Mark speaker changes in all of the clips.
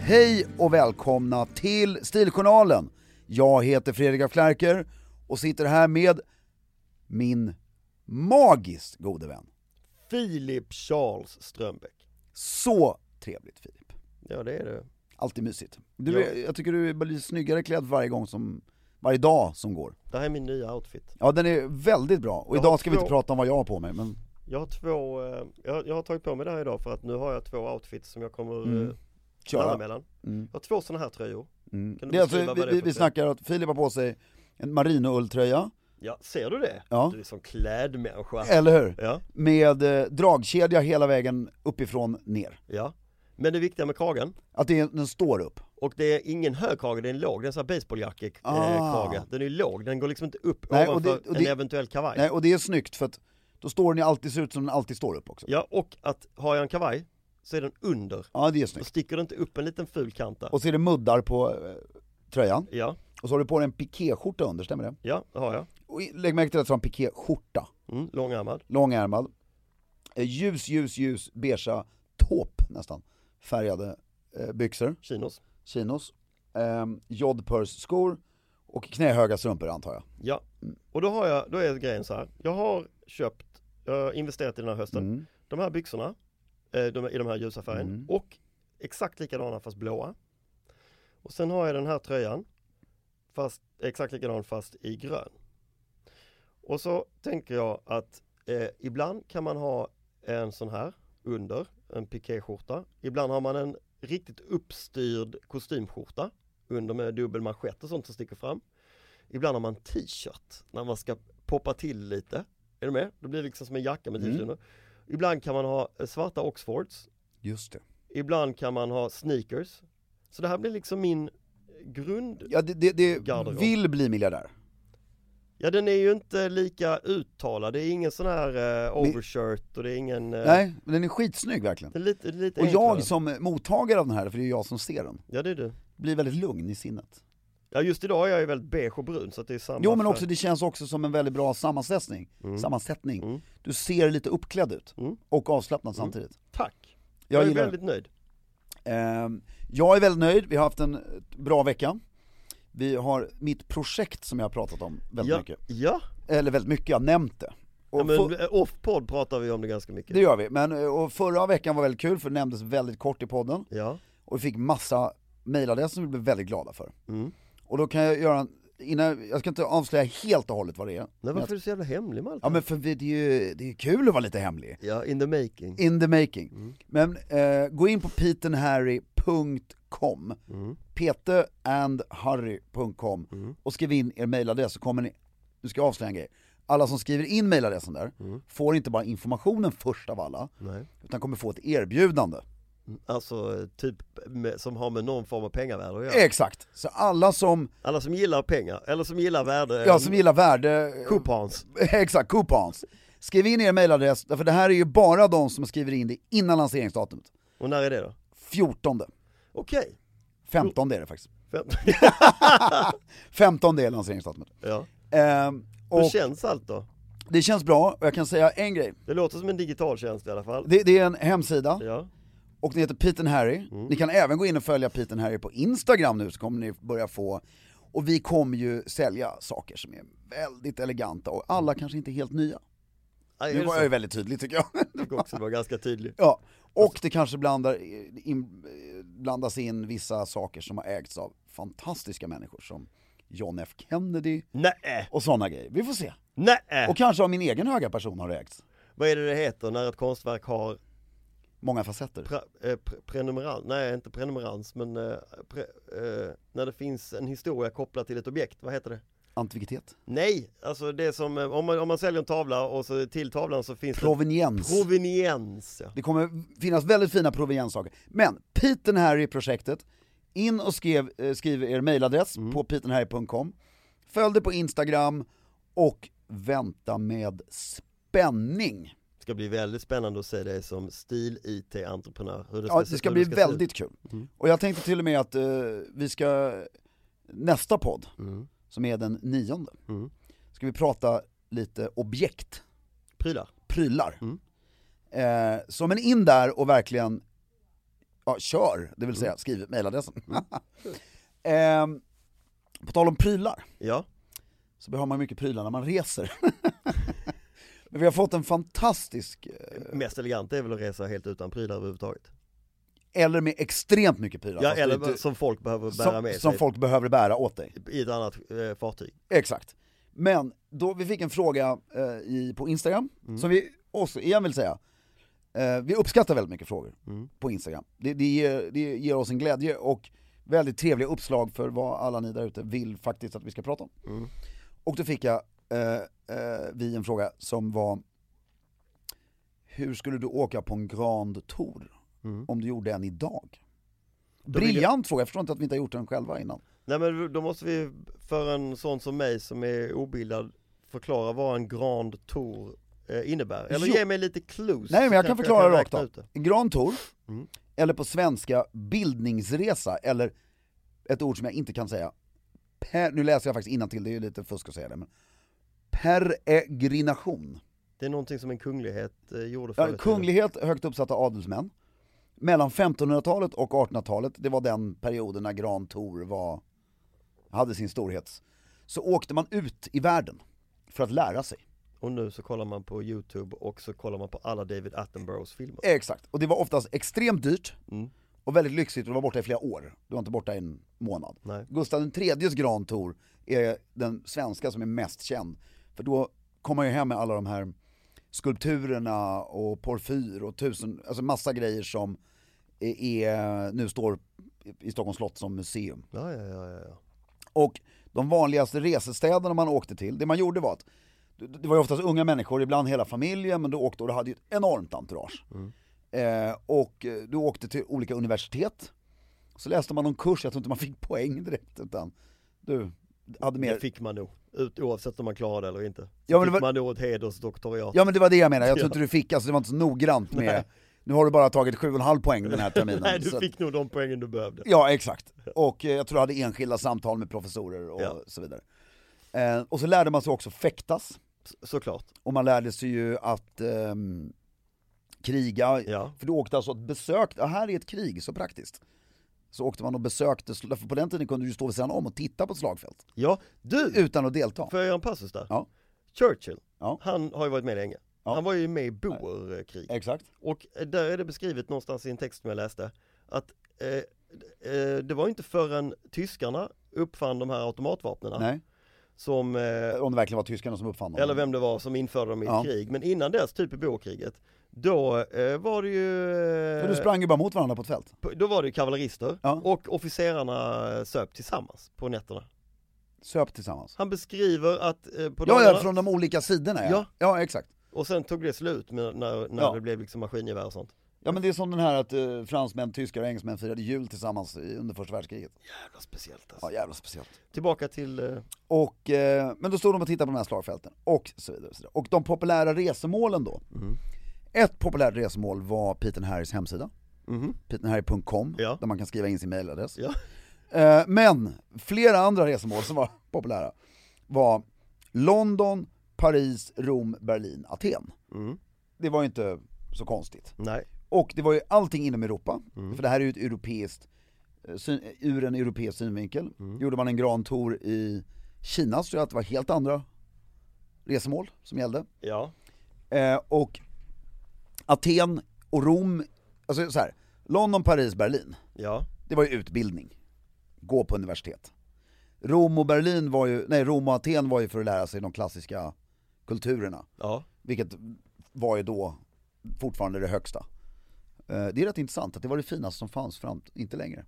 Speaker 1: Hej och välkomna till Stiljournalen. Jag heter Fredrik af Klerker och sitter här med min magiskt gode vän.
Speaker 2: Filip Charles Strömbäck.
Speaker 1: Så trevligt Filip.
Speaker 2: Ja, det är det.
Speaker 1: Alltid mysigt. Du, är- Jag tycker du blir snyggare klädd varje gång som, varje dag som går.
Speaker 2: Det här är min nya outfit.
Speaker 1: Ja den är väldigt bra, och
Speaker 2: Jag har
Speaker 1: idag ska vi
Speaker 2: två-
Speaker 1: inte prata om vad jag har på mig men
Speaker 2: Jag har två, eh, jag, jag har tagit på mig det här idag för att nu har jag två outfits som jag kommer eh,
Speaker 1: köra.
Speaker 2: stanna mellan.
Speaker 1: Mm.
Speaker 2: Jag har två sådana här tröjor. Kan du
Speaker 1: Det är alltså,
Speaker 2: beskriva
Speaker 1: vi,
Speaker 2: vad det är
Speaker 1: vi,
Speaker 2: för
Speaker 1: vi
Speaker 2: tröja?
Speaker 1: snackar att Filip har på sig en marinoulltröja,
Speaker 2: Ja, ser du det?
Speaker 1: Ja.
Speaker 2: Du är som klädmänniska.
Speaker 1: eller hur?
Speaker 2: Ja,
Speaker 1: Med eh, dragkedja hela vägen uppifrån ner.
Speaker 2: ja. Men det viktiga med kragen,
Speaker 1: Att det, den står upp.
Speaker 2: och det är ingen hög krage, det är en låg, det är en sån här
Speaker 1: Ah.
Speaker 2: basebolljackkrage. Den är låg, den går liksom inte upp
Speaker 1: Nej, och
Speaker 2: ovanför
Speaker 1: det- och det-
Speaker 2: en eventuell kavaj.
Speaker 1: Nej, och det är snyggt för att då står den ju alltid, ser ut som den alltid står upp också.
Speaker 2: Ja, och att har jag en kavaj så är den under.
Speaker 1: Ja, det är
Speaker 2: Då
Speaker 1: snyggt.
Speaker 2: sticker det inte upp en liten ful kant där.
Speaker 1: Och så är det muddar på eh, tröjan.
Speaker 2: Ja,
Speaker 1: Och så har du på dig en pikéskjorta under, stämmer det?
Speaker 2: ja, det har jag.
Speaker 1: Och i- lägg märke till att jag har en pikéskjorta.
Speaker 2: Mm, långärmad.
Speaker 1: Långärmad. Eh, Ljus, ljus, ljus, beigea, taupe nästan. Färgade eh, byxor,
Speaker 2: Chinos.
Speaker 1: chinos. Eh, Jodpurs-skor och knähöga strumpor antar jag.
Speaker 2: Ja, och då har jag, då är grejen så här. Jag har köpt, jag har investerat i den här hösten. De här byxorna, eh, de, i de här ljusa färgen och exakt likadana fast blåa. Och sen har jag den här tröjan, fast, exakt likadan fast i grön. Och så tänker jag att eh, ibland kan man ha en sån här under, en pikéskjorta. Ibland har man en riktigt uppstyrd kostymskjorta under med dubbel manschett och sånt som sticker fram. Ibland har man t-shirt när man ska poppa till lite. Är du med? Det blir liksom som en jacka med
Speaker 1: Mm.
Speaker 2: t-shirt under. Ibland kan man ha eh, svarta Oxfords.
Speaker 1: Just det.
Speaker 2: Ibland kan man ha sneakers. Så det här blir liksom min grund.
Speaker 1: Ja, det, det, det
Speaker 2: Garderob.
Speaker 1: vill bli miljardär.
Speaker 2: Ja, den är ju inte lika uttalad. Det är ingen sån här eh, overshirt och det är ingen... Eh,
Speaker 1: Nej, men den är skitsnygg verkligen.
Speaker 2: Det är lite, lite
Speaker 1: Och jag liksom-
Speaker 2: enklare.
Speaker 1: som mottagare av den här, för det är ju jag som ser den,
Speaker 2: Ja, det är du.
Speaker 1: blir väldigt lugn i sinnet.
Speaker 2: Ja, just idag är jag ju väldigt beige och brun så att det är samma
Speaker 1: Jo men
Speaker 2: färg.
Speaker 1: också, det känns också som en väldigt bra sammansättning.
Speaker 2: Mm.
Speaker 1: sammansättning. Du ser lite uppklädd ut, och avslappnad samtidigt.
Speaker 2: Tack!
Speaker 1: Jag
Speaker 2: Mm. Jag, är
Speaker 1: gillar
Speaker 2: väldigt nöjd.
Speaker 1: Ehm, Jag är väldigt nöjd, vi har haft en bra vecka. Vi har mitt projekt som jag har pratat om väldigt
Speaker 2: Ja,
Speaker 1: mycket.
Speaker 2: ja,
Speaker 1: Eller väldigt mycket, jag har nämnt det.
Speaker 2: Ja,
Speaker 1: Och
Speaker 2: men
Speaker 1: för-
Speaker 2: eh, off-podd pratar vi om det ganska mycket.
Speaker 1: Det gör vi, men eh, och förra veckan var väldigt kul för det nämndes väldigt kort i podden
Speaker 2: Ja,
Speaker 1: och vi fick massa mejladresser som vi blev väldigt glada för. Och då kan jag göra en, innan, jag ska inte avslöja helt och hållet vad det är.
Speaker 2: men varför är du så jävla hemlig med allt
Speaker 1: Ja
Speaker 2: det här?
Speaker 1: men för vi- det är ju, det är ju kul att vara lite hemlig.
Speaker 2: Ja, in the making.
Speaker 1: In the making. Men eh, gå in på petenharry.com peterandharry.com och skriv in er mejladress så kommer ni, nu ska jag avslöja en grej. Alla som skriver in mejladressen där får inte bara informationen först av alla, utan kommer få ett erbjudande.
Speaker 2: Alltså, eh, typ med, som har med någon form av pengavärde att göra.
Speaker 1: Exakt! Så alla som,
Speaker 2: Alla som gillar pengar, eller som gillar värde, eh,
Speaker 1: ja, som gillar värde...
Speaker 2: coupons.
Speaker 1: Exakt, coupons. Skriv in er mejladress, för det här är ju bara de som skriver in det innan lanseringsdatumet.
Speaker 2: Och när är det då?
Speaker 1: 14,
Speaker 2: Okej.
Speaker 1: 15 är det faktiskt.
Speaker 2: Fem-
Speaker 1: 15 är lanseringsdatumet.
Speaker 2: ja.
Speaker 1: Ehm,
Speaker 2: Hur
Speaker 1: och
Speaker 2: känns allt då?
Speaker 1: det känns bra, och jag kan säga en grej.
Speaker 2: Det låter som en digital tjänst i alla fall.
Speaker 1: Det, det är en hemsida,
Speaker 2: Ja. Mm.
Speaker 1: och den heter Pete and Harry. Ni kan även gå in och följa Pete and Harry på Instagram nu, så kommer ni börja få... Och vi kommer ju sälja saker som är väldigt eleganta, och alla kanske inte helt nya.
Speaker 2: Aj,
Speaker 1: Nu
Speaker 2: är det
Speaker 1: var
Speaker 2: så?
Speaker 1: jag ju väldigt tydlig tycker jag.
Speaker 2: Jag tycker också det var ganska tydlig.
Speaker 1: Ja, och det kanske blandar eh, in, blandas in vissa saker som har ägts av fantastiska människor som John F Kennedy
Speaker 2: Nej,
Speaker 1: och sådana grejer. Vi får se.
Speaker 2: nej.
Speaker 1: Och kanske av min egen höga person har det ägts.
Speaker 2: Vad är det det heter när ett konstverk har
Speaker 1: Många facetter.
Speaker 2: pre, eh, pre, prenumerans? Nej, inte prenumerans, men eh, pre, eh, när det finns en historia kopplad till ett objekt. Vad heter det?
Speaker 1: Antikvitet.
Speaker 2: Nej, alltså det är som eh, om man, om man säljer en tavla och så till tavlan så finns det
Speaker 1: Proveniens.
Speaker 2: proveniens. Ja.
Speaker 1: Det kommer finnas väldigt fina provenienssaker. Men Piten här i projektet, in och skrev, eh, skriv er mejladress på pitenharry.com. Följ det på Instagram och vänta med spänning.
Speaker 2: Det ska bli väldigt spännande att se dig som stil-IT-entreprenör. Hur
Speaker 1: Ja,
Speaker 2: se-
Speaker 1: det ska
Speaker 2: hur
Speaker 1: bli
Speaker 2: se ut.
Speaker 1: väldigt kul.
Speaker 2: Mm.
Speaker 1: Och jag tänkte till och med att eh, vi ska, nästa podd,
Speaker 2: Mm.
Speaker 1: som är den nionde, ska vi prata lite objekt,
Speaker 2: Prylar.
Speaker 1: prylar.
Speaker 2: Mm.
Speaker 1: Eh, så men in där och verkligen, ja kör, det vill
Speaker 2: Mm.
Speaker 1: säga skriv mejladressen. eh, på tal om prylar,
Speaker 2: Ja,
Speaker 1: så behöver man mycket prylar när man reser. men vi har fått en fantastisk, eh,
Speaker 2: mest elegant är väl att resa helt utan prylar överhuvudtaget.
Speaker 1: eller med extremt mycket prylar.
Speaker 2: Ja,
Speaker 1: fast
Speaker 2: eller
Speaker 1: det är inte-
Speaker 2: som folk behöver bära
Speaker 1: som,
Speaker 2: med
Speaker 1: som
Speaker 2: sig
Speaker 1: folk behöver bära åt dig.
Speaker 2: i ett annat eh, fartyg.
Speaker 1: Exakt. Men då vi fick en fråga eh, i, på Instagram,
Speaker 2: Mm.
Speaker 1: som vi också igen vill säga, eh, vi uppskattar väldigt mycket frågor
Speaker 2: Mm.
Speaker 1: på Instagram. Det, det, ger, det ger oss en glädje och väldigt trevliga uppslag för vad alla ni där ute vill faktiskt att vi ska prata om.
Speaker 2: Mm.
Speaker 1: Och då fick jag eh, eh, vi en fråga som var, hur skulle du åka på en Grand Tour om du gjorde en idag?
Speaker 2: Mm. vill jag-
Speaker 1: Briljant fråga, jag förstår inte att vi inte har gjort den själva innan.
Speaker 2: Nej men då måste vi för en sån som mig som är obildad förklara vad en grand tour eh, innebär. Eller
Speaker 1: Jo.
Speaker 2: ge mig lite clues.
Speaker 1: Nej
Speaker 2: så
Speaker 1: men jag kan
Speaker 2: kanske
Speaker 1: förklara rakt
Speaker 2: räkna
Speaker 1: av.
Speaker 2: ut det. Mm.
Speaker 1: Grand Tour, eller på svenska bildningsresa, eller ett ord som jag inte kan säga. Per, nu läser jag faktiskt till det är ju lite fusk att säga det. Men peregrination.
Speaker 2: Det är någonting som en kunglighet eh, gjorde
Speaker 1: Ja,
Speaker 2: förr i tiden.
Speaker 1: Kunglighet, högt uppsatta adelsmän. Mellan 1500-talet och 1800-talet, det var den perioden när Grand Tour var, hade sin storhet. Så åkte man ut i världen för att lära sig.
Speaker 2: Och nu så kollar man på YouTube och så kollar man på alla David Attenboroughs filmer.
Speaker 1: Exakt, och det var oftast extremt dyrt och väldigt lyxigt och du var borta i flera år. Du var inte borta i en månad.
Speaker 2: Nej.
Speaker 1: Gustav IIIs Grand Tour är den svenska som är mest känd. För då kom man ju hem med alla de här skulpturerna och porfyr och tusen, alltså massa grejer som är, är, nu står i Stockholms slott som museum.
Speaker 2: Ja, ja, ja, ja, ja.
Speaker 1: Och de vanligaste resestäderna man åkte till, det man gjorde var att det var ju oftast unga människor, ibland hela familjen, men du åkte och du hade ju ett enormt entourage.
Speaker 2: Mm.
Speaker 1: Eh, och eh, du åkte till olika universitet, så läste man någon kurs, jag tror inte man fick poäng direkt utan du hade mer...
Speaker 2: Det fick man nog, ut, oavsett om man klarade det eller inte.
Speaker 1: Ja,
Speaker 2: Ja,
Speaker 1: men det
Speaker 2: fick
Speaker 1: var-
Speaker 2: man nog ett hedersdoktorat.
Speaker 1: Ja men det var det jag menade, jag tror
Speaker 2: Ja.
Speaker 1: inte du fick, alltså det var inte så noggrant med...
Speaker 2: Nej.
Speaker 1: Nu har du bara tagit 7,5 poäng den här terminen.
Speaker 2: Nej, du
Speaker 1: så att-
Speaker 2: fick nog de poängen du behövde.
Speaker 1: Ja, exakt. Och eh, jag tror jag hade enskilda samtal med professorer och
Speaker 2: Ja.
Speaker 1: så vidare. Eh, och så lärde man sig också fäktas.
Speaker 2: S- Såklart.
Speaker 1: Och man lärde sig ju att ehm, kriga.
Speaker 2: Ja.
Speaker 1: För du åkte alltså och besökte, ja, här är ett krig, så praktiskt. Så åkte man och besökte, sl- för på den tiden kunde du ju stå vid sidan om och titta på ett slagfält.
Speaker 2: Ja, du!
Speaker 1: Utan att delta.
Speaker 2: Får jag göra en passus där?
Speaker 1: Ja.
Speaker 2: Churchill,
Speaker 1: Ja.
Speaker 2: han har ju varit med länge.
Speaker 1: Ja.
Speaker 2: Han var ju med i boerkriget.
Speaker 1: Exakt.
Speaker 2: eh, Och eh, där är det beskrivet någonstans i en text som jag läste att eh, eh, det var inte förrän tyskarna uppfann de här automatvapnen
Speaker 1: Nej.
Speaker 2: som eh,
Speaker 1: Om det verkligen var tyskarna som uppfann dem.
Speaker 2: eller vem det var som införde dem i
Speaker 1: Ja.
Speaker 2: krig. Men innan dess, typ i boerkriget, då eh, var det ju
Speaker 1: För du
Speaker 2: eh,
Speaker 1: sprang ju bara mot varandra på ett fält.
Speaker 2: då var det ju kavallerister
Speaker 1: Ja.
Speaker 2: och officerarna eh, söp tillsammans på nätterna.
Speaker 1: Söp tillsammans.
Speaker 2: Han beskriver att eh, på
Speaker 1: Ja,
Speaker 2: dagarna,
Speaker 1: ja, från de olika sidorna ja.
Speaker 2: Ja.
Speaker 1: Ja, exakt.
Speaker 2: och sen tog det slut med, när, när
Speaker 1: Ja.
Speaker 2: det blev liksom maskingevär och sånt.
Speaker 1: Ja men det är som den här att eh, fransmän, tyskar och engelsmän firade jul tillsammans i- under första världskriget.
Speaker 2: Jävla speciellt alltså.
Speaker 1: Ja jävla speciellt.
Speaker 2: Tillbaka till, eh,
Speaker 1: Och, eh, men då stod de och tittade på de här slagfälten och så vidare. Och, så vidare. och de populära resemålen då. Ett populärt resemål var Peter Harrys hemsida. Peterharry.com,
Speaker 2: Ja.
Speaker 1: där man kan skriva in sin mailadress.
Speaker 2: ja,
Speaker 1: Eh, men flera andra resemål som var populära var London, Paris, Rom, Berlin, Aten. Det var ju inte så konstigt.
Speaker 2: Mm. nej, Mm.
Speaker 1: Och det var ju allting inom Europa, för det här är ju ett europeiskt, eh, syn, ur en europeisk synvinkel.
Speaker 2: Mm.
Speaker 1: Gjorde man en Grand Tour i Kina så tror jag att det var helt andra resmål som gällde.
Speaker 2: ja,
Speaker 1: Eh, och Aten och Rom, alltså så här, London, Paris, Berlin,
Speaker 2: ja,
Speaker 1: det var ju utbildning. Gå på universitet. Rom och Berlin var ju, nej Rom och Aten var ju för att lära sig de klassiska kulturerna.
Speaker 2: ja,
Speaker 1: Vilket var ju då fortfarande det högsta. Eh, Det är rätt intressant att det var det finaste som fanns fram, inte längre.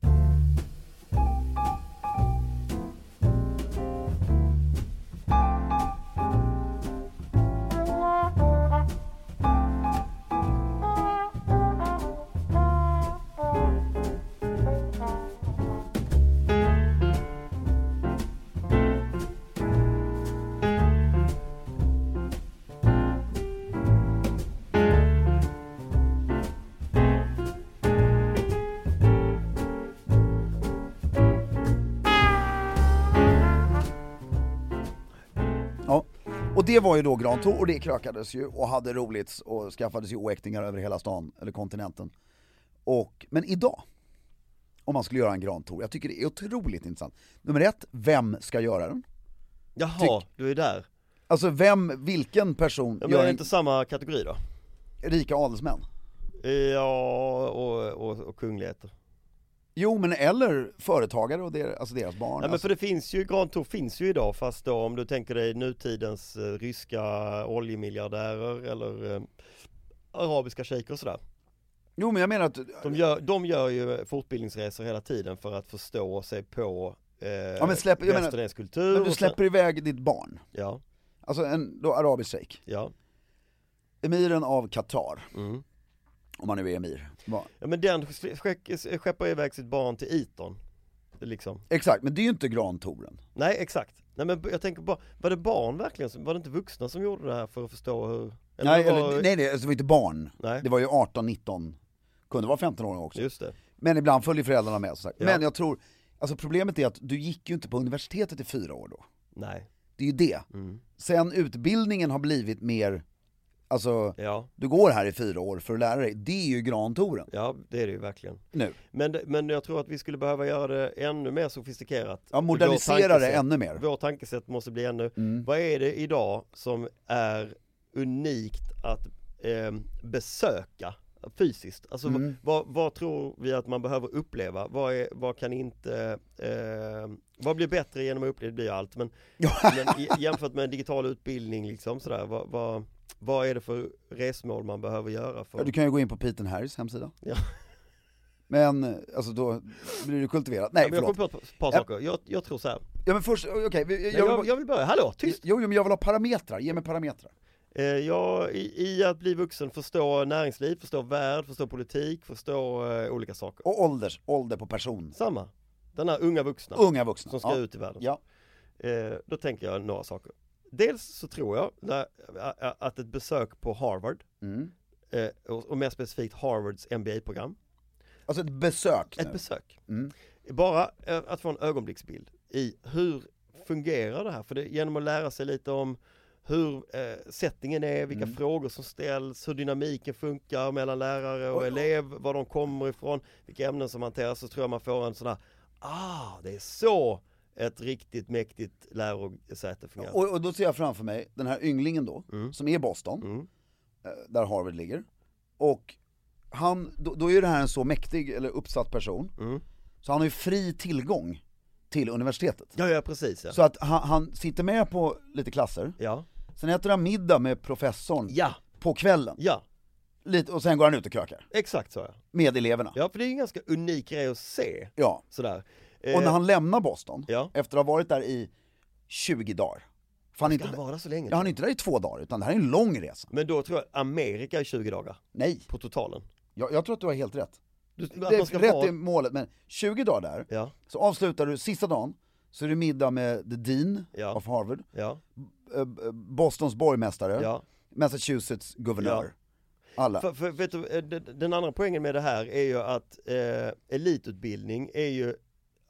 Speaker 1: Ja. Och det var ju då Grand Tour och det krökades ju och hade roligt och skaffades ju oäktingar över hela stan, eller kontinenten. Och, men idag, om man skulle göra en Grand Tour, jag tycker det är otroligt intressant. Nummer ett, vem ska göra den?
Speaker 2: jaha, du är där.
Speaker 1: Alltså vem, vilken person
Speaker 2: Ja, Men är
Speaker 1: gör
Speaker 2: det
Speaker 1: en,
Speaker 2: inte samma kategori då?
Speaker 1: rika adelsmän?
Speaker 2: Ja, och, och, och kungligheter.
Speaker 1: Jo men eller företagare och deras, alltså deras barn.
Speaker 2: Ja, men
Speaker 1: alltså.
Speaker 2: för det finns ju, Grand Tour finns ju idag fast då om du tänker dig nutidens eh, ryska oljemiljardärer eller eh, arabiska shejker och sådär.
Speaker 1: Jo men jag menar att,
Speaker 2: De gör, de gör ju fortbildningsresor hela tiden för att förstå sig på eh, ja,
Speaker 1: men släpp- jag menar-
Speaker 2: västerländsk kultur.
Speaker 1: men du
Speaker 2: och
Speaker 1: släpper iväg ditt barn,
Speaker 2: Sen, ja,
Speaker 1: alltså en då arabisk shejk,
Speaker 2: ja.
Speaker 1: emiren av Qatar,
Speaker 2: Mm.
Speaker 1: om man nu är emir. Va-
Speaker 2: ja, men den ske- ske- skeppar ju iväg sitt barn till Iton. Liksom.
Speaker 1: Exakt, men det är ju inte grantouren.
Speaker 2: Nej, exakt. Nej, men jag tänker bara, var det barn verkligen? som- Var det inte vuxna som gjorde det här för att förstå hur? eller
Speaker 1: Nej,
Speaker 2: var-
Speaker 1: eller, nej, nej alltså, det var inte barn,
Speaker 2: Nej.
Speaker 1: det var ju 18, 19, kunde vara 15 år också.
Speaker 2: Just det.
Speaker 1: Men ibland följer föräldrarna med som sagt.
Speaker 2: Ja.
Speaker 1: Men jag tror, alltså problemet är att du gick ju inte på universitetet i fyra år då.
Speaker 2: Nej.
Speaker 1: Det är ju det.
Speaker 2: Mm.
Speaker 1: Sen utbildningen har blivit mer, alltså
Speaker 2: Ja,
Speaker 1: du går här i fyra år för att lära dig, det är ju grantouren
Speaker 2: ja det är det ju verkligen.
Speaker 1: nu.
Speaker 2: Men, men jag tror att vi skulle behöva göra det ännu mer sofistikerat.
Speaker 1: Ja, modernisera
Speaker 2: Vår
Speaker 1: det
Speaker 2: tankesätt-
Speaker 1: ännu mer. Mm.
Speaker 2: Vår tankesätt måste bli ännu, vad är det idag som är unikt att eh, besöka fysiskt? Alltså
Speaker 1: Mm.
Speaker 2: vad, vad tror vi att man behöver uppleva? Vad, är, vad kan inte, eh, vad blir bättre genom att uppleva, det blir ju allt, men, men i- jämfört med en digital utbildning liksom sådär, vad, vad, vad är det för resmål man behöver göra? För,
Speaker 1: Ja, du kan ju gå in på Peten Harris hemsida.
Speaker 2: Ja.
Speaker 1: Men eh, alltså då blir du kultiverat. Nej
Speaker 2: men jag kom
Speaker 1: förlåt.
Speaker 2: på ett par saker, jag, jag tror så här.
Speaker 1: Ja men först, okej. vi-
Speaker 2: Nej,
Speaker 1: jag,
Speaker 2: jag, jag vill börja, hallå, tyst!
Speaker 1: Jo, jo men jag vill ha parametrar, ge mig parametrar.
Speaker 2: Eh, jag, i, I att bli vuxen, förstå näringsliv, förstå värld, förstå politik, förstå eh, olika saker.
Speaker 1: Och ålders, ålder på person.
Speaker 2: Samma, den här unga vuxna
Speaker 1: Unga vuxna.
Speaker 2: som ska
Speaker 1: Oh. ja.
Speaker 2: ut i världen.
Speaker 1: Ja.
Speaker 2: Eh, då tänker jag några saker. Dels så tror jag där, ä- ä- att ett besök på Harvard,
Speaker 1: Mm.
Speaker 2: eh, och, och mer specifikt Harvards MBA-program,
Speaker 1: Alltså ett besök nu.
Speaker 2: ett besök.
Speaker 1: Mm.
Speaker 2: Bara eh, att få en ögonblicksbild i hur fungerar det här? För det, genom att lära sig lite om hur eh, settingen är, vilka
Speaker 1: Mm.
Speaker 2: frågor som ställs, hur dynamiken funkar mellan lärare och elev, var de kommer ifrån, vilka ämnen som hanteras, så tror jag man får en sån här, ah, det är så ett riktigt mäktigt lärosäte fungerar.
Speaker 1: Och, och då ser jag framför mig den här ynglingen då,
Speaker 2: Mm.
Speaker 1: som är Boston, eh, där Harvard ligger. Och han, då, då är ju det här en så mäktig, eller uppsatt person,
Speaker 2: Mm.
Speaker 1: så han har ju fri tillgång till universitetet.
Speaker 2: Ja, ja precis ja.
Speaker 1: Så att han, han sitter med på lite klasser,
Speaker 2: Ja,
Speaker 1: sen äter han middag med professorn
Speaker 2: ja,
Speaker 1: på kvällen,
Speaker 2: ja.
Speaker 1: lite, och sen går han ut och krökar
Speaker 2: exakt så ja.
Speaker 1: med eleverna.
Speaker 2: Ja, för det är ju en ganska unik grej att se.
Speaker 1: Ja.
Speaker 2: Sådär. Eh,
Speaker 1: Och när han lämnar Boston,
Speaker 2: Ja.
Speaker 1: efter att ha varit där i 20 dagar, för han, är
Speaker 2: ska han
Speaker 1: inte,
Speaker 2: vara där så länge?
Speaker 1: ja, han är inte där i två dagar, utan det här är en lång resa.
Speaker 2: Men då tror jag Amerika är 20 dagar
Speaker 1: Nej,
Speaker 2: på totalen.
Speaker 1: jag, jag tror att du har helt rätt.
Speaker 2: Du, att
Speaker 1: Det
Speaker 2: man ska
Speaker 1: är rätt
Speaker 2: vara-
Speaker 1: i målet, men 20 dagar där,
Speaker 2: Ja,
Speaker 1: så avslutar du sista dagen, så är det middag med the dean
Speaker 2: Ja.
Speaker 1: of Harvard,
Speaker 2: ja,
Speaker 1: eh, b- Bostons borgmästare,
Speaker 2: ja.
Speaker 1: Massachusetts guvernör. Alla.
Speaker 2: För, för, vet du, eh, d- den andra poängen med det här är ju att eh, elitutbildning är ju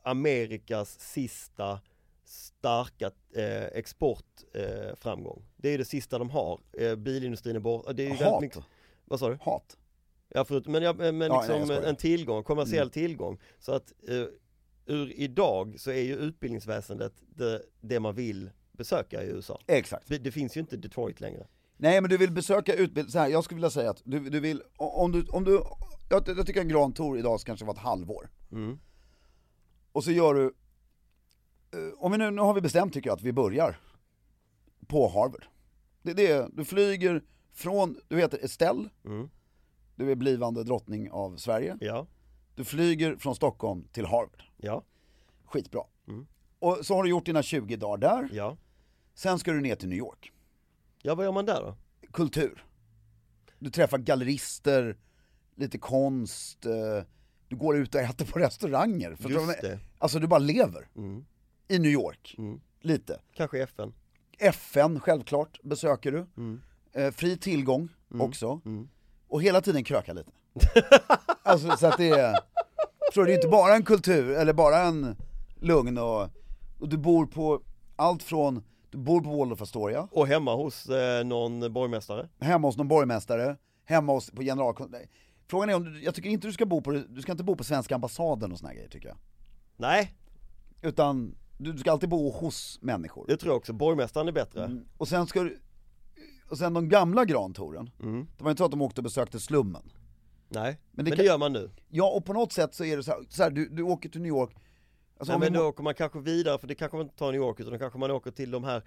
Speaker 2: Amerikas sista starka eh, exportframgång. Eh, framgång. det är ju det sista de har. Eh, bilindustrin är borta. Det är ju väldigt
Speaker 1: Hat.
Speaker 2: mycket- Vad sa du?
Speaker 1: Hat.
Speaker 2: Ja, förut, men ja, men
Speaker 1: Ja, nej,
Speaker 2: liksom
Speaker 1: jag skojar. Mm.
Speaker 2: en tillgång, kommersiell tillgång. Så att eh, ur idag så är ju utbildningsväsendet det, det man vill besöka i USA.
Speaker 1: Exakt.
Speaker 2: Det, det finns ju inte Detroit längre.
Speaker 1: Nej men du vill besöka utbildning, så här, jag skulle vilja säga att du, du vill, o- om du, om du jag, jag tycker en Grand Tour idag ska kanske vara ett halvår. Och så gör du, eh, om vi nu, nu har vi bestämt tycker jag att vi börjar på Harvard. Det, det är, du flyger från, du heter Estelle, du är blivande drottning av Sverige.
Speaker 2: Ja,
Speaker 1: Du flyger från Stockholm till Harvard,
Speaker 2: ja,
Speaker 1: skitbra. Och så har du gjort dina 20 dagar där,
Speaker 2: ja.
Speaker 1: sen ska du ner till New York.
Speaker 2: Ja, vad gör man där då?
Speaker 1: kultur. Du träffar gallerister, lite konst, eh, du går ut och äter på restauranger. Förstår
Speaker 2: Just
Speaker 1: du vad jag menar?
Speaker 2: det. Mm.
Speaker 1: Alltså du bara lever. I New York, lite.
Speaker 2: Kanske FN.
Speaker 1: FN självklart besöker du.
Speaker 2: Mm.
Speaker 1: Eh, fri tillgång också. Och hela tiden kröka lite. alltså så att det är, förstår du, det är inte bara en kultur, eller bara en lugn och, och du bor på allt från, du bor på Waldorf Astoria,
Speaker 2: Och hemma hos eh, någon borgmästare.
Speaker 1: hemma hos någon borgmästare, hemma hos, på generalkonsulat. Frågan är om, du- jag tycker inte du ska bo på, du ska inte bo på svenska ambassaden och såna här grejer tycker jag.
Speaker 2: Nej,
Speaker 1: Utan du, du ska alltid bo hos människor.
Speaker 2: det tror jag också. Borgmästaren är bättre.
Speaker 1: Och sen ska du, och sen de gamla grantouren,
Speaker 2: Mm.
Speaker 1: det var inte så att de åkte och besökte slummen.
Speaker 2: Nej, men
Speaker 1: Men
Speaker 2: det,
Speaker 1: det kan-
Speaker 2: gör man nu.
Speaker 1: Ja och på något sätt så är det så här, så här du, du åker till New York, alltså,
Speaker 2: Nej,
Speaker 1: om vi
Speaker 2: men
Speaker 1: må-
Speaker 2: då åker man kanske vidare, för det kanske man inte tar New York, utan då kanske man åker till de här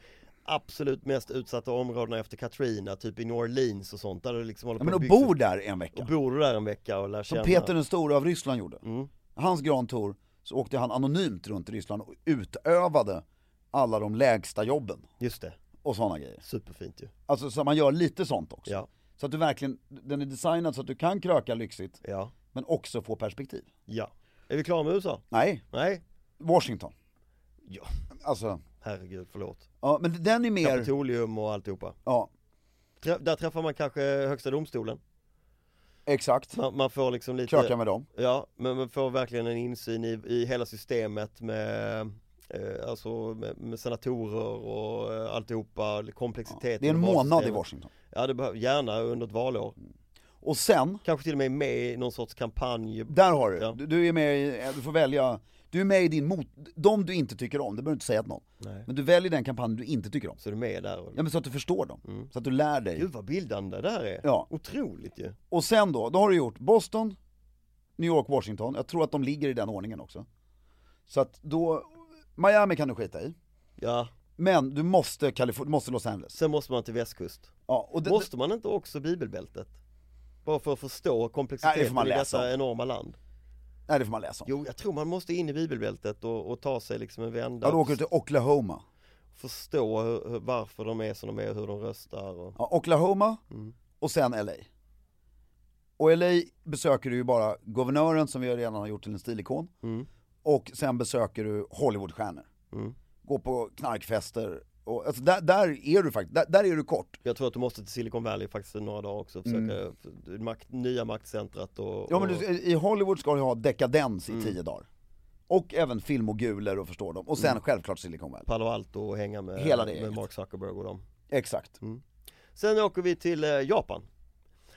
Speaker 2: absolut mest utsatta områdena efter Katrina, typ i New Orleans och sånt, där det liksom
Speaker 1: ja,
Speaker 2: håller på
Speaker 1: men
Speaker 2: att
Speaker 1: och
Speaker 2: byggas upp.
Speaker 1: bor där en vecka.
Speaker 2: Och bor du där en vecka och lär
Speaker 1: Som
Speaker 2: känna
Speaker 1: Peter den store av Ryssland gjorde.
Speaker 2: Mm.
Speaker 1: Hans Grand Tour, så åkte han anonymt runt i Ryssland och utövade alla de lägsta jobben
Speaker 2: Just det,
Speaker 1: och såna grejer.
Speaker 2: superfint ju
Speaker 1: Alltså så man gör lite sånt också.
Speaker 2: Ja,
Speaker 1: Så att du verkligen, den är designad så att du kan kröka lyxigt,
Speaker 2: ja,
Speaker 1: men också få perspektiv.
Speaker 2: ja Är vi klara med USA?
Speaker 1: Nej,
Speaker 2: Nej?
Speaker 1: Washington.
Speaker 2: Ja,
Speaker 1: Alltså,
Speaker 2: herregud förlåt
Speaker 1: ja men den är mer,
Speaker 2: Kapitolium och alltihopa
Speaker 1: ja,
Speaker 2: Trä- Där träffar man kanske högsta domstolen
Speaker 1: exakt.
Speaker 2: Man, man får liksom lite
Speaker 1: Kröka med dem.
Speaker 2: Ja, men man får verkligen en insyn i, i hela systemet med eh, Alltså med, med senatorer och eh, alltihopa, komplexiteten
Speaker 1: Det är en
Speaker 2: i valsystemet.
Speaker 1: månad i Washington.
Speaker 2: Ja, det behöver, gärna under ett valår
Speaker 1: Och sen,
Speaker 2: Kanske till och med med i någon sorts kampanj
Speaker 1: där har du,
Speaker 2: Ja.
Speaker 1: du, du är med i, du får välja, du är med i din mot, de du inte tycker om, det behöver du inte säga till någon.
Speaker 2: Nej.
Speaker 1: Men du väljer den kampanj du inte tycker om.
Speaker 2: Så är du med där och...
Speaker 1: Ja men så att du förstår dem,
Speaker 2: Mm.
Speaker 1: så att du lär dig.
Speaker 2: Gud vad bildande det här är!
Speaker 1: Ja.
Speaker 2: Otroligt ju!
Speaker 1: Och sen då, då har du gjort Boston, New York, Washington. Jag tror att de ligger i den ordningen också. Så att då, Miami kan du skita i.
Speaker 2: Ja,
Speaker 1: Men du måste, Kalif- du måste Los Angeles.
Speaker 2: sen måste man till västkust.
Speaker 1: Ja, och det,
Speaker 2: Måste man inte också bibelbältet? Bara för att förstå
Speaker 1: Nej, det får
Speaker 2: komplexiteten
Speaker 1: man
Speaker 2: i
Speaker 1: läsa
Speaker 2: detta
Speaker 1: om.
Speaker 2: enorma land.
Speaker 1: nej, det får man läsa om.
Speaker 2: Jo, jag tror man måste in i bibelbältet och, och ta sig liksom en vända.
Speaker 1: Ja, då åker du
Speaker 2: och
Speaker 1: till Oklahoma.
Speaker 2: Förstå hur, hur, varför de är som de är och hur de röstar. Och...
Speaker 1: Ja, Oklahoma och sen LA. Och LA besöker du ju bara guvernören som vi redan har gjort till en stilikon. Och sen besöker du Hollywoodstjärnor. Går på knarkfester. Och, alltså där, där är du faktiskt, där, där är du kort.
Speaker 2: Jag tror att du måste till Silicon Valley faktiskt några dagar också och försöka f- makt, nya maktcentrat och,
Speaker 1: Mm. Ja men
Speaker 2: och Mm.
Speaker 1: du, i Hollywood ska du ha dekadens i tio dagar. Och även filmoguler och förstå dem. Och
Speaker 2: Mm.
Speaker 1: sen självklart Silicon Valley.
Speaker 2: Palo Alto och hänga med,
Speaker 1: Hela det
Speaker 2: med
Speaker 1: gänget.
Speaker 2: Mark Zuckerberg och dem.
Speaker 1: Exakt.
Speaker 2: Mm. Sen åker vi till eh, Japan.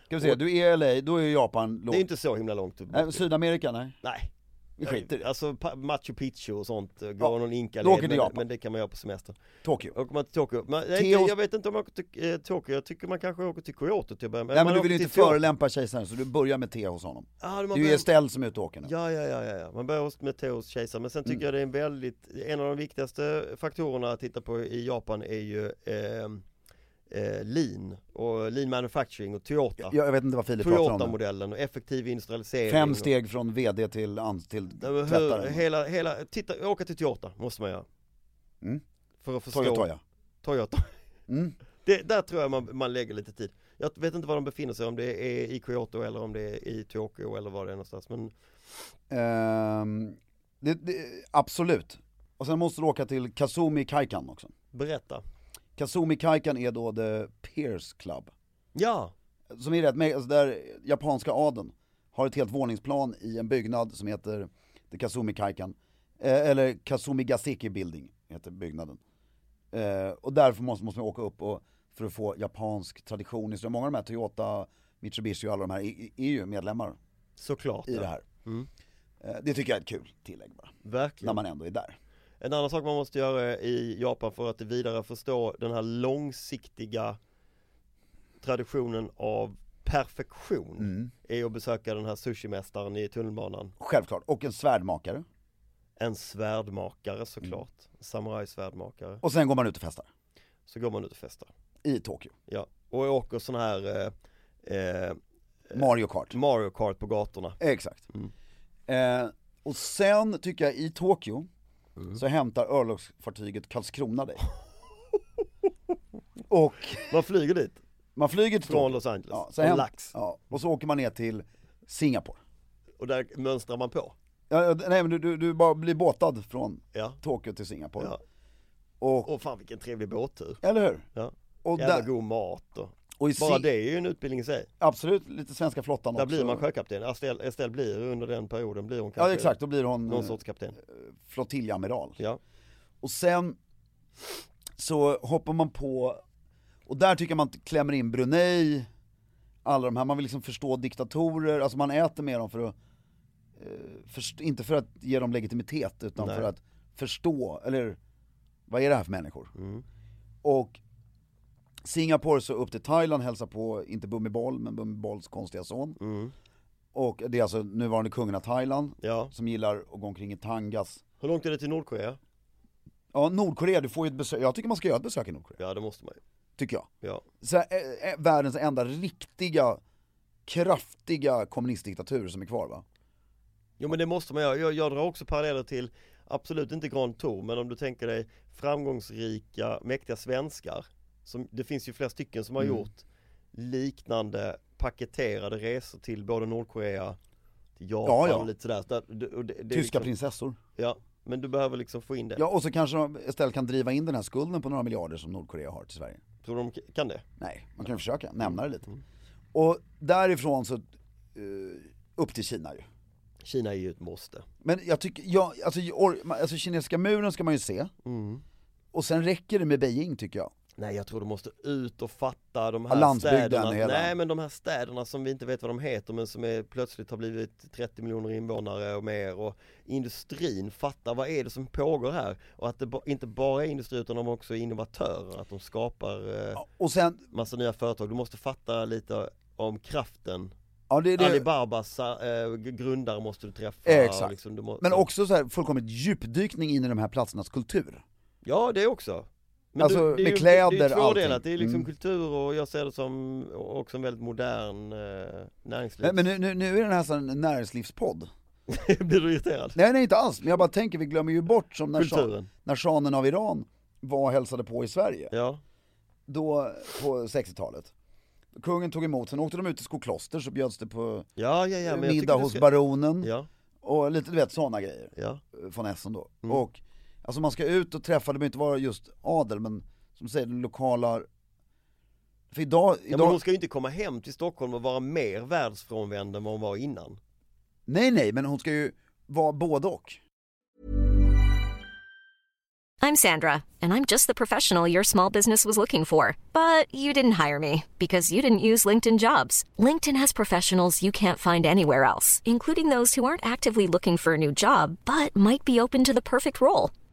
Speaker 1: Ska vi se, du är i LA, då Äh, är Japan långt.
Speaker 2: Det är inte så himla långt.
Speaker 1: Nej, Sydamerika, nej.
Speaker 2: Nej,
Speaker 1: Vi skiter i det.
Speaker 2: Alltså pa- Machu Picchu och sånt, eh, gå
Speaker 1: Ja,
Speaker 2: någon inka
Speaker 1: då åker till
Speaker 2: men,
Speaker 1: Japan.
Speaker 2: men det kan man göra på semestern.
Speaker 1: Tokyo.
Speaker 2: Åker man till Tokyo? Man, jag,
Speaker 1: Theo-
Speaker 2: jag vet inte om man åker till eh, Tokyo, jag tycker man kanske åker till Kyoto till att börja med.
Speaker 1: Nej
Speaker 2: Man
Speaker 1: men du
Speaker 2: åker
Speaker 1: vill ju
Speaker 2: till
Speaker 1: inte
Speaker 2: Tokyo.
Speaker 1: förolämpa kejsaren så du börjar med T hos honom.
Speaker 2: Ja, man
Speaker 1: Det är ju
Speaker 2: börjar-
Speaker 1: Estelle som är ute och åker nu.
Speaker 2: Ja, ja, ja, ja, ja. man börjar hos- med Theos kejsare men sen
Speaker 1: Mm.
Speaker 2: tycker jag det är en väldigt, en av de viktigaste faktorerna att titta på i Japan är ju ehm, eh, lean och lean manufacturing och Toyota.
Speaker 1: Jag, jag vet inte vad Filip pratar om. nu.
Speaker 2: Toyota-modellen och effektiv industrialisering.
Speaker 1: Fem
Speaker 2: och-
Speaker 1: steg från VD till, an- till
Speaker 2: Ja, men hur,
Speaker 1: tvättare.
Speaker 2: hela, hela, titta, åka till Toyota måste man göra.
Speaker 1: Mm.
Speaker 2: För att förstå.
Speaker 1: Toja, toja.
Speaker 2: Toyota.
Speaker 1: Mm.
Speaker 2: Det, där tror jag man, man lägger lite tid. Jag vet inte var de befinner sig, om det är i Kyoto eller om det är i Tokyo eller var det är någonstans. Men
Speaker 1: Ehm, det, det, absolut. Och sen måste du åka till Kazumi Kaikan också.
Speaker 2: berätta.
Speaker 1: Kazumi Kaikan är då The Pierce Club.
Speaker 2: Ja,
Speaker 1: Som är rätt med, alltså där japanska adeln har ett helt våningsplan i en byggnad som heter The Kazumi Kaikan. Eh, eller Kazumi Gaseki Building heter byggnaden. Eh, och därför måste, måste man åka upp och, för att få japansk tradition. i sig. Många av de här Toyota, Mitsubishi och alla de här är, är- är ju medlemmar
Speaker 2: såklart.
Speaker 1: i
Speaker 2: ja. Mm.
Speaker 1: det här. Eh, det tycker jag är ett kul tillägg bara, när
Speaker 2: Verkligen.
Speaker 1: man ändå är där.
Speaker 2: En annan sak man måste göra i Japan för att vidare förstå den här långsiktiga traditionen av perfektion
Speaker 1: Mm.
Speaker 2: är att besöka den här sushimästaren i tunnelbanan.
Speaker 1: Självklart, och en svärdmakare.
Speaker 2: En svärdmakare såklart,
Speaker 1: Mm.
Speaker 2: samurajsvärdmakare.
Speaker 1: Och sen går man ut och festar
Speaker 2: Så går man ut och festar.
Speaker 1: i Tokyo.
Speaker 2: Ja, och jag åker sån här eh, eh,
Speaker 1: Mario Kart.
Speaker 2: Mario Kart på gatorna.
Speaker 1: Exakt. Eh, och sen tycker jag i Tokyo så hämtar örlogsfartyget Karlskrona dig. och
Speaker 2: Man flyger dit
Speaker 1: man flyger till
Speaker 2: från
Speaker 1: Tokyo.
Speaker 2: Los Angeles,
Speaker 1: Ja, sen
Speaker 2: och
Speaker 1: häm-
Speaker 2: lax,
Speaker 1: Ja, och så åker man ner till Singapore.
Speaker 2: och där mönstrar man på.
Speaker 1: Ja, ja, nej men du, du, du bara blir båtad från
Speaker 2: Ja,
Speaker 1: Tokyo till Singapore.
Speaker 2: Ja.
Speaker 1: Och,
Speaker 2: och fan vilken trevlig båttur.
Speaker 1: eller hur?
Speaker 2: Ja.
Speaker 1: Och,
Speaker 2: Jävla
Speaker 1: där,
Speaker 2: god mat och
Speaker 1: och i
Speaker 2: bara
Speaker 1: Sing-
Speaker 2: det är ju en utbildning i sig.
Speaker 1: absolut, lite svenska flottan
Speaker 2: Där
Speaker 1: också.
Speaker 2: blir man sjökapten, Estelle, Estelle blir under den perioden blir hon kanske
Speaker 1: Ja exakt, då blir hon
Speaker 2: någon
Speaker 1: eh,
Speaker 2: sorts kapten.
Speaker 1: flottiljamiral.
Speaker 2: Ja.
Speaker 1: Och sen så hoppar man på, och där tycker jag man klämmer in Brunei, alla de här, man vill liksom förstå diktatorer, alltså man äter med dem för att, eh, först, inte för att ge dem legitimitet utan
Speaker 2: Nej.
Speaker 1: för att förstå, eller vad är det här för människor? Och Singapore så upp till Thailand hälsa på, inte Bhumibol, men Bhumibols konstiga son. Och det är alltså nuvarande kungen av Thailand,
Speaker 2: ja.
Speaker 1: som gillar att gå omkring i tangas.
Speaker 2: Hur långt är det till Nordkorea?
Speaker 1: Ja, Nordkorea, du får ju ett besök, jag tycker man ska göra ett besök i Nordkorea,
Speaker 2: Ja det måste man ju.
Speaker 1: tycker jag.
Speaker 2: Ja.
Speaker 1: Så här, eh, eh, världens enda riktiga, kraftiga kommunistdiktatur som är kvar va?
Speaker 2: Jo men det måste man göra, jag, jag drar också paralleller till Absolut inte Grand Tour men om du tänker dig framgångsrika, mäktiga svenskar som, Det finns ju flera stycken som har
Speaker 1: Mm.
Speaker 2: gjort liknande paketerade resor till både Nordkorea, till Japan
Speaker 1: Ja, ja.
Speaker 2: och lite sådär. Där, det, och det, det är
Speaker 1: Tyska
Speaker 2: liksom,
Speaker 1: prinsessor.
Speaker 2: Ja, men du behöver liksom få in det.
Speaker 1: Ja, och så kanske de istället kan driva in den här skulden på några miljarder som Nordkorea har till Sverige.
Speaker 2: Tror du de kan det?
Speaker 1: Nej, man kan ju försöka nämna det lite. Och därifrån så, eh, upp till Kina ju.
Speaker 2: Kina är ju ett måste.
Speaker 1: Men jag tycker, ja, alltså, jag or- man- alltså kinesiska muren ska man ju se. Och sen räcker det med Beijing tycker jag.
Speaker 2: Nej jag tror du måste ut och fatta de här
Speaker 1: Ja, landsbygden
Speaker 2: städerna,
Speaker 1: hela.
Speaker 2: nej men de här städerna som vi inte vet vad de heter men som är, plötsligt har blivit 30 miljoner invånare och mer och industrin fattar vad är det som pågår här och att det ba, inte bara är industri utan de är också innovatörer, att de skapar eh,
Speaker 1: Och sen,
Speaker 2: massa nya företag. Du måste fatta lite om kraften.
Speaker 1: ja det är det.
Speaker 2: Alibabas eh, grundare måste du träffa.
Speaker 1: Exakt.
Speaker 2: och Liksom, du må,
Speaker 1: Men också så här, fullkomligt djupdykning in i de här platsernas kultur.
Speaker 2: Ja det också. Men
Speaker 1: Alltså,
Speaker 2: det är
Speaker 1: med
Speaker 2: ju-
Speaker 1: kläder,
Speaker 2: Det är ju tvådelat,
Speaker 1: allting.
Speaker 2: det är liksom
Speaker 1: Mm.
Speaker 2: kultur och jag ser det som också en väldigt modern eh, näringsliv.
Speaker 1: Men, men nu, nu, nu är den här så här en näringslivspodd.
Speaker 2: Blir du irriterad?
Speaker 1: Nej, nej inte alls, men jag bara tänker, vi glömmer ju bort som när,
Speaker 2: Kulturen.
Speaker 1: shah, när shahen av Iran var och hälsade på i Sverige,
Speaker 2: Ja,
Speaker 1: då på 60-talet. Kungen tog emot, sen åkte de ut till Skokloster så bjöds det på
Speaker 2: ja, ja, ja men jag
Speaker 1: middag
Speaker 2: tycker du
Speaker 1: hos
Speaker 2: ska-
Speaker 1: baronen
Speaker 2: Ja,
Speaker 1: och lite, du vet, sådana grejer
Speaker 2: ja,
Speaker 1: eh, från Essen då.
Speaker 2: Mm.
Speaker 1: Och alltså man ska ut och träffa, det behöver inte vara just adel, men som du säger, den lokala... För idag,
Speaker 2: ja
Speaker 1: idag...
Speaker 2: men hon ska ju inte komma hem till Stockholm och vara mer världsfrånvänd än vad hon var innan.
Speaker 1: Nej, nej, men hon ska ju vara både och.
Speaker 3: I'm Sandra, and I'm just the professional your small business was looking for. But you didn't hire me because you didn't use LinkedIn jobs. LinkedIn has professionals you can't find anywhere else, including those who aren't actively looking for a new job but might be open to the perfect role,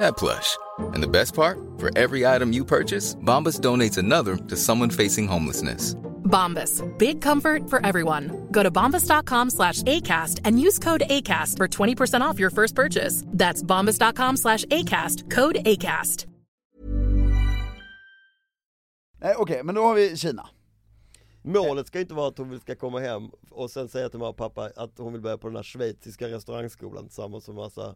Speaker 4: that plush. And the best part? For every item you purchase, Bombas donates another to someone facing homelessness.
Speaker 5: Bombas. Big comfort for everyone. Go to bombas.com slash ACAST and use code ACAST for 20% off your first purchase. That's bombas.com slash ACAST. Code ACAST.
Speaker 1: Nej okej, men då har vi Kina.
Speaker 2: Målet ska inte vara att hon ska komma hem och sen säga till mamma och pappa att hon vill börja på den här schweiziska restaurangskolan tillsammans med massa eh,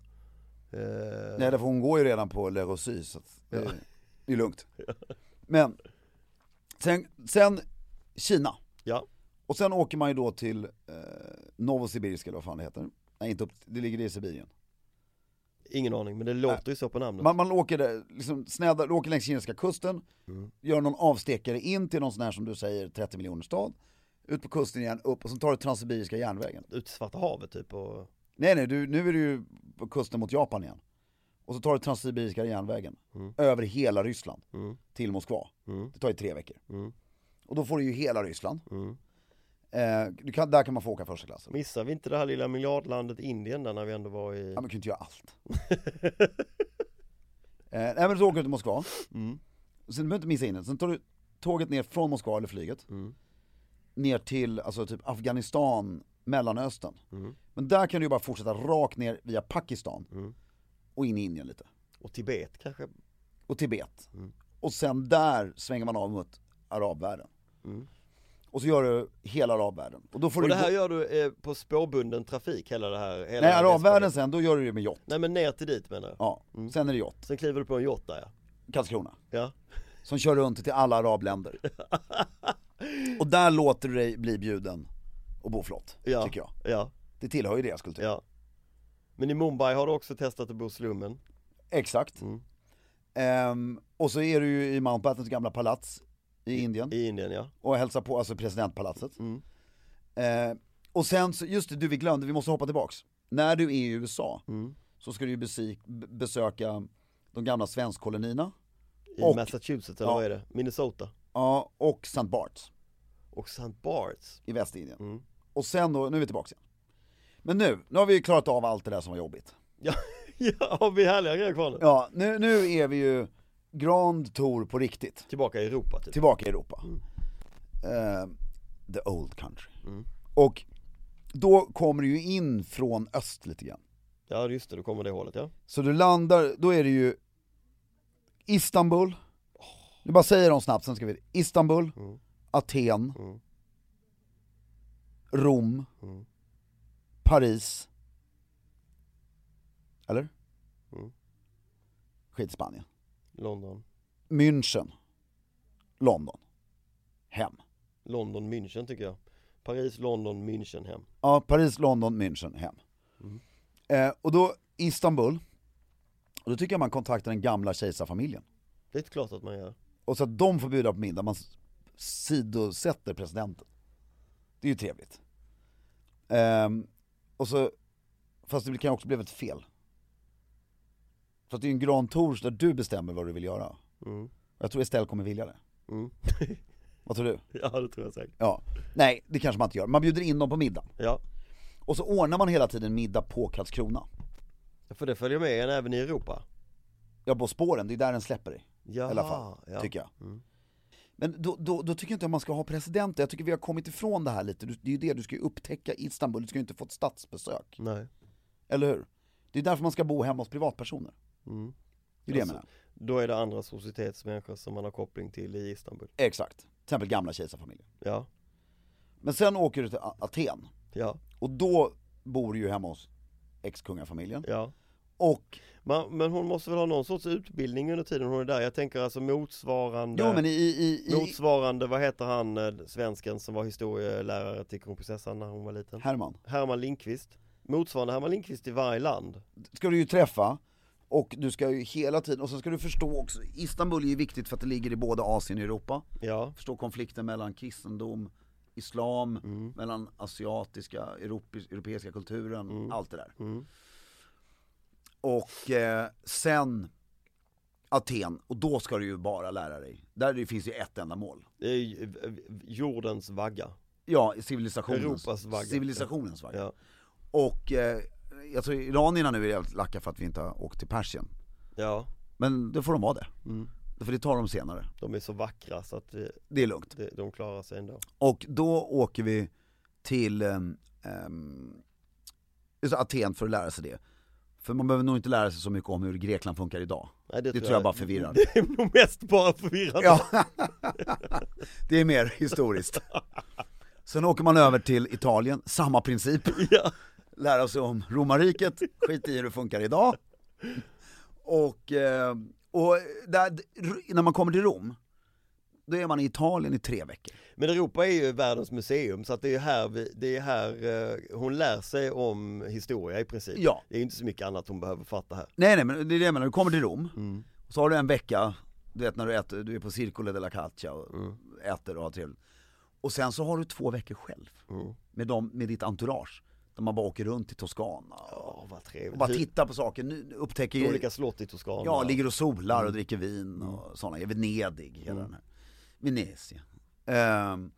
Speaker 1: Nej därför hon går ju redan på Le Rosy så att det, är- det är lugnt. Men, sen, sen Kina.
Speaker 2: Ja,
Speaker 1: Och sen åker man ju då till eh, Novosibirsk eller vad fan det heter. Nej inte upp, det ligger i Sibirien.
Speaker 2: ingen aning men det låter ju så på namnet
Speaker 1: Man, man åker där, liksom snäddar, åker längs kinesiska kusten, gör någon avstekare in till någon sån här som du säger 30 miljoner stad. Ut på kusten igen, upp och sen tar du Transsibiriska järnvägen.
Speaker 2: Ut i Svarta havet typ och
Speaker 1: Nej nej, du, nu är du ju på kusten mot Japan igen. Och så tar du Transsibiriska järnvägen, över hela Ryssland, till Moskva. Det tar ju tre veckor. Och då får du ju hela Ryssland. Eh, du kan, där kan man få åka första klass.
Speaker 2: Missar vi inte det här lilla miljardlandet Indien där när vi ändå var i
Speaker 1: Ja, man kan ju inte göra allt. eh, nej men så åker du till Moskva.
Speaker 2: Mm.
Speaker 1: Sen du behöver inte missa in det. Sen tar du tåget ner från Moskva eller flyget.
Speaker 2: Mm.
Speaker 1: Ner till alltså typ Afghanistan, Mellanöstern.
Speaker 2: Mm.
Speaker 1: Men där kan du ju bara fortsätta rakt ner via Pakistan. Och in i Indien lite.
Speaker 2: och Tibet kanske?
Speaker 1: Och Tibet.
Speaker 2: Mm.
Speaker 1: Och sen där svänger man av mot arabvärlden. Och så gör du hela arabvärlden. Och då får
Speaker 2: Mm. Och
Speaker 1: du
Speaker 2: det här
Speaker 1: gå-
Speaker 2: gör du eh, på spårbunden trafik hela det här? Hela
Speaker 1: Nej
Speaker 2: den här
Speaker 1: arabvärlden
Speaker 2: resan?
Speaker 1: sen, då gör du det med yacht.
Speaker 2: Nej men ner till dit menar jag?
Speaker 1: Ja,
Speaker 2: Mm.
Speaker 1: sen är det yacht.
Speaker 2: Sen kliver du på en yacht där ja.
Speaker 1: Karlskrona.
Speaker 2: ja.
Speaker 1: som kör runt till alla arabländer. och där låter du dig bli bjuden och bo flott,
Speaker 2: Ja,
Speaker 1: tycker jag.
Speaker 2: ja,
Speaker 1: Det tillhör ju deras kultur.
Speaker 2: ja Men i Mumbai har du också testat att bo i slummen?
Speaker 1: Exakt.
Speaker 2: Mm.
Speaker 1: Ehm, och så är du ju i Mountbattens gamla palats i Indien
Speaker 2: I Mm. Indien ja,
Speaker 1: och hälsar på, alltså presidentpalatset. Ehm, och sen, så, just det, du vi glömde, vi måste hoppa tillbaks. När du är i USA
Speaker 2: Mm.
Speaker 1: så ska du ju besik- b- besöka de gamla svenskkolonierna
Speaker 2: i
Speaker 1: Och-
Speaker 2: Massachusetts eller
Speaker 1: ja.
Speaker 2: vad är det? Minnesota?
Speaker 1: ja, och St. Barts.
Speaker 2: Och St. Barts? Mm.
Speaker 1: i Västindien. Och sen då, nu är vi tillbaka igen. Men nu, nu har vi ju klarat av allt det där som var jobbigt.
Speaker 2: Ja, ja har vi härliga grejer kvar nu?
Speaker 1: Ja, nu, nu är vi ju Grand Tour på riktigt,
Speaker 2: Tillbaka i Europa typ?
Speaker 1: tillbaka i Europa. Eh, the old country. Och då kommer du ju in från öst lite grann.
Speaker 2: Ja just det, då kommer det hålet ja
Speaker 1: Så du landar, då är det ju Istanbul, du bara säger dem snabbt sen ska vi Istanbul, Aten,
Speaker 2: Mm.
Speaker 1: Rom, Paris, eller? Skit Spanien,
Speaker 2: London,
Speaker 1: München, London, hem.
Speaker 2: London, München tycker jag Paris, London, München hem
Speaker 1: Ja, Paris, London, München, hem. Eh, och då Istanbul, och då tycker jag man kontaktar den gamla kejsarfamiljen.
Speaker 2: Det är klart att man gör
Speaker 1: Och så att de får bjuda på middag, man sidosätter presidenten. Det är ju trevligt. Ehm, och så, fast det kan också bli ett fel. För att det är ju en Grand Tour där du bestämmer vad du vill göra. Och jag tror Estelle kommer vilja det. Vad tror du?
Speaker 2: Mm. Ja det tror jag säkert
Speaker 1: Ja. Nej, det kanske man inte gör. Man bjuder in dem på middag.
Speaker 2: Ja,
Speaker 1: Och så ordnar man hela tiden middag på Karlskrona.
Speaker 2: för det följer med en även i Europa
Speaker 1: Ja, på spåren, det är där den släpper dig.
Speaker 2: Ja,
Speaker 1: I alla fall,
Speaker 2: ja. Mm.
Speaker 1: tycker jag. Men då, då, då tycker jag inte att man ska ha presidenter, jag tycker vi har kommit ifrån det här lite. Du- Det är ju det, du ska ju upptäcka Istanbul, du ska ju inte få ett statsbesök.
Speaker 2: Nej
Speaker 1: Eller hur? Det är därför man ska bo hemma hos privatpersoner. Det är det jag
Speaker 2: Alltså-
Speaker 1: menar.
Speaker 2: Då är det andra societetsmänniskor som man har koppling till i Istanbul
Speaker 1: Exakt. Till exempel gamla kejsarfamiljen.
Speaker 2: Ja,
Speaker 1: Men sen åker du till A- Aten,
Speaker 2: ja,
Speaker 1: och då bor du ju hemma hos ex-kungafamiljen.
Speaker 2: ja
Speaker 1: och
Speaker 2: Man, men hon måste väl ha någon sorts utbildning under tiden hon är där. Jag tänker alltså motsvarande,
Speaker 1: Jo men i, i, i, i
Speaker 2: motsvarande, vad heter han eh, svensken som var historielärare till kronprinsessan när hon var liten?
Speaker 1: Herman,
Speaker 2: Herman Lindqvist. Motsvarande Herman Lindqvist i varje land.
Speaker 1: ska du ju träffa och du ska ju hela tiden, och så ska du förstå också, Istanbul är ju viktigt för att det ligger i både Asien och Europa.
Speaker 2: Ja,
Speaker 1: Förstå konflikten mellan kristendom, islam,
Speaker 2: Mm.
Speaker 1: mellan asiatiska, europe- europeiska kulturen,
Speaker 2: Mm.
Speaker 1: allt det där. Och eh, sen Aten, och då ska du ju bara lära dig. Där det finns ju ett enda mål.
Speaker 2: det är ju, eh, jordens vagga.
Speaker 1: Ja, civilisationens,
Speaker 2: Europas vagga.
Speaker 1: civilisationens vagga.
Speaker 2: Ja,
Speaker 1: Och eh, jag tror iranierna nu är jävligt lacka för att vi inte har åkt till Persien.
Speaker 2: ja,
Speaker 1: Men det får de vara det.
Speaker 2: Mm.
Speaker 1: För det tar de senare.
Speaker 2: de är så vackra så att vi,
Speaker 1: Det är lugnt.
Speaker 2: det, de klarar sig ändå.
Speaker 1: Och då åker vi till ehm, ehm, just Aten för att lära sig det. För man behöver nog inte lära sig så mycket om hur Grekland funkar idag.
Speaker 2: Nej,
Speaker 1: Det tror jag bara förvirrar.
Speaker 2: Det är nog mest bara förvirrande.
Speaker 1: Ja. det är mer historiskt. Sen åker man över till Italien, samma princip.
Speaker 2: Ja.
Speaker 1: Lära sig om romarriket, skit i hur det funkar idag. Och, eh, och där, när man kommer till Rom, då är man i Italien i tre veckor.
Speaker 2: Men Europa är ju världens museum så att det är här, vi, det är här eh, hon lär sig om historia i princip.
Speaker 1: Ja.
Speaker 2: Det är ju inte så mycket annat hon behöver fatta här.
Speaker 1: Nej nej men det är det jag menar, du kommer till Rom,
Speaker 2: Mm.
Speaker 1: så har du en vecka, du vet när du äter, du är på Circolo della Calcia och
Speaker 2: Mm.
Speaker 1: äter och har trevligt. Och sen så har du två veckor själv,
Speaker 2: Mm.
Speaker 1: med, dem, med ditt entourage. Där man bara åker runt i Toscana och,
Speaker 2: Åh vad
Speaker 1: och
Speaker 2: trevligt.
Speaker 1: bara
Speaker 2: Hur-
Speaker 1: tittar på saker, nu upptäcker
Speaker 2: Olika Mm. slott i Toscana.
Speaker 1: Ja, ligger och solar och dricker vin och sådana, i Venedig, hela
Speaker 2: Mm.
Speaker 1: den här. Venezia. Ehm,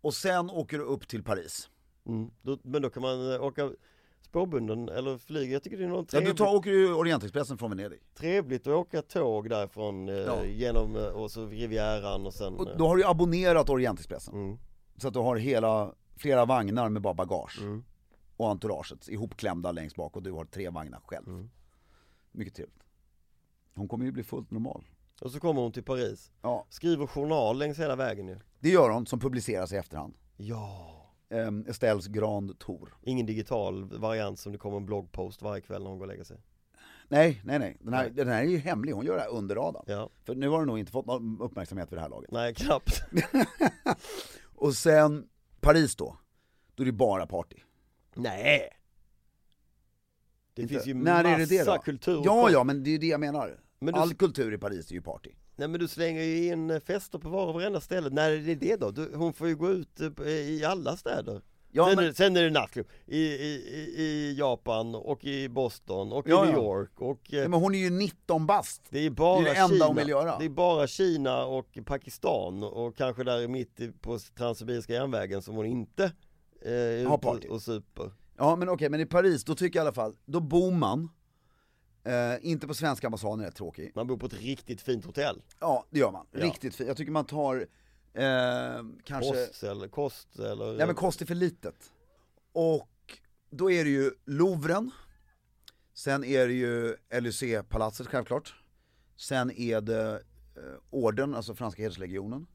Speaker 1: och sen åker du upp till Paris.
Speaker 2: Mm. Då, men då kan man eh, åka spårbunden eller flyga. Jag tycker det är något
Speaker 1: Ja, du
Speaker 2: trevligt,
Speaker 1: tar, åker ju Orientexpressen från Venedig.
Speaker 2: trevligt att åka tåg därifrån eh,
Speaker 1: Ja.
Speaker 2: genom eh, och så Rivieran och sen. eh,
Speaker 1: Och då har du ju abonnerat Orientexpressen.
Speaker 2: Mm.
Speaker 1: Så att du har hela, flera vagnar med bara bagage.
Speaker 2: Mm.
Speaker 1: Och entouraget ihopklämda längst bak och du har tre vagnar själv.
Speaker 2: Mm.
Speaker 1: Mycket trevligt. Hon kommer ju bli fullt normal.
Speaker 2: Och så kommer hon till Paris.
Speaker 1: Ja,
Speaker 2: Skriver journal längs hela vägen ju.
Speaker 1: det gör hon som publiceras i efterhand.
Speaker 2: Ja.
Speaker 1: Ehm, Estelles Grand Tour.
Speaker 2: Ingen digital variant som det kommer en bloggpost varje kväll när hon går och lägger sig.
Speaker 1: Nej, nej, nej. Den här, den här är ju hemlig, hon gör det här under radarn.
Speaker 2: Ja.
Speaker 1: För nu har hon nog inte fått någon uppmärksamhet vid det här laget.
Speaker 2: Nej, knappt.
Speaker 1: Och sen Paris då, då är det bara party.
Speaker 2: Nej! Det
Speaker 1: Inte-
Speaker 2: finns ju
Speaker 1: När
Speaker 2: massa
Speaker 1: är det det då?
Speaker 2: kultur.
Speaker 1: Ja, ja, men det är ju det jag menar.
Speaker 2: Men du-
Speaker 1: All kultur i Paris är ju party.
Speaker 2: Nej men du slänger ju in eh, fester på var och varenda ställe. När är det det då? Du, hon får ju gå ut eh, i alla städer.
Speaker 1: Ja,
Speaker 2: sen,
Speaker 1: men-
Speaker 2: är, det- sen är det nattklubb i, i, i- i Japan och i Boston och
Speaker 1: Ja,
Speaker 2: i New
Speaker 1: ja.
Speaker 2: York och eh,
Speaker 1: Nej, men hon är ju 19 bast.
Speaker 2: det är bara
Speaker 1: det är det enda
Speaker 2: Kina.
Speaker 1: hon vill göra.
Speaker 2: Det är bara Kina och Pakistan och kanske där mitt i- på Transsibiriska järnvägen som hon inte eh, är
Speaker 1: Har
Speaker 2: ute och,
Speaker 1: party.
Speaker 2: och super.
Speaker 1: Ja men okej, men i Paris då tycker jag i alla fall, då bor man, eh, inte på svenska ambassaden, rätt tråkig.
Speaker 2: Man bor på ett riktigt fint hotell.
Speaker 1: Ja det gör man,
Speaker 2: Ja.
Speaker 1: riktigt fint. Jag tycker man tar, eh, kanske,
Speaker 2: Kost eller, kost eller
Speaker 1: nej men kost är för litet. Och då är det ju Louvren, sen är det ju Élysée-palatset självklart. Sen är det eh, orden, alltså franska hederslegionen.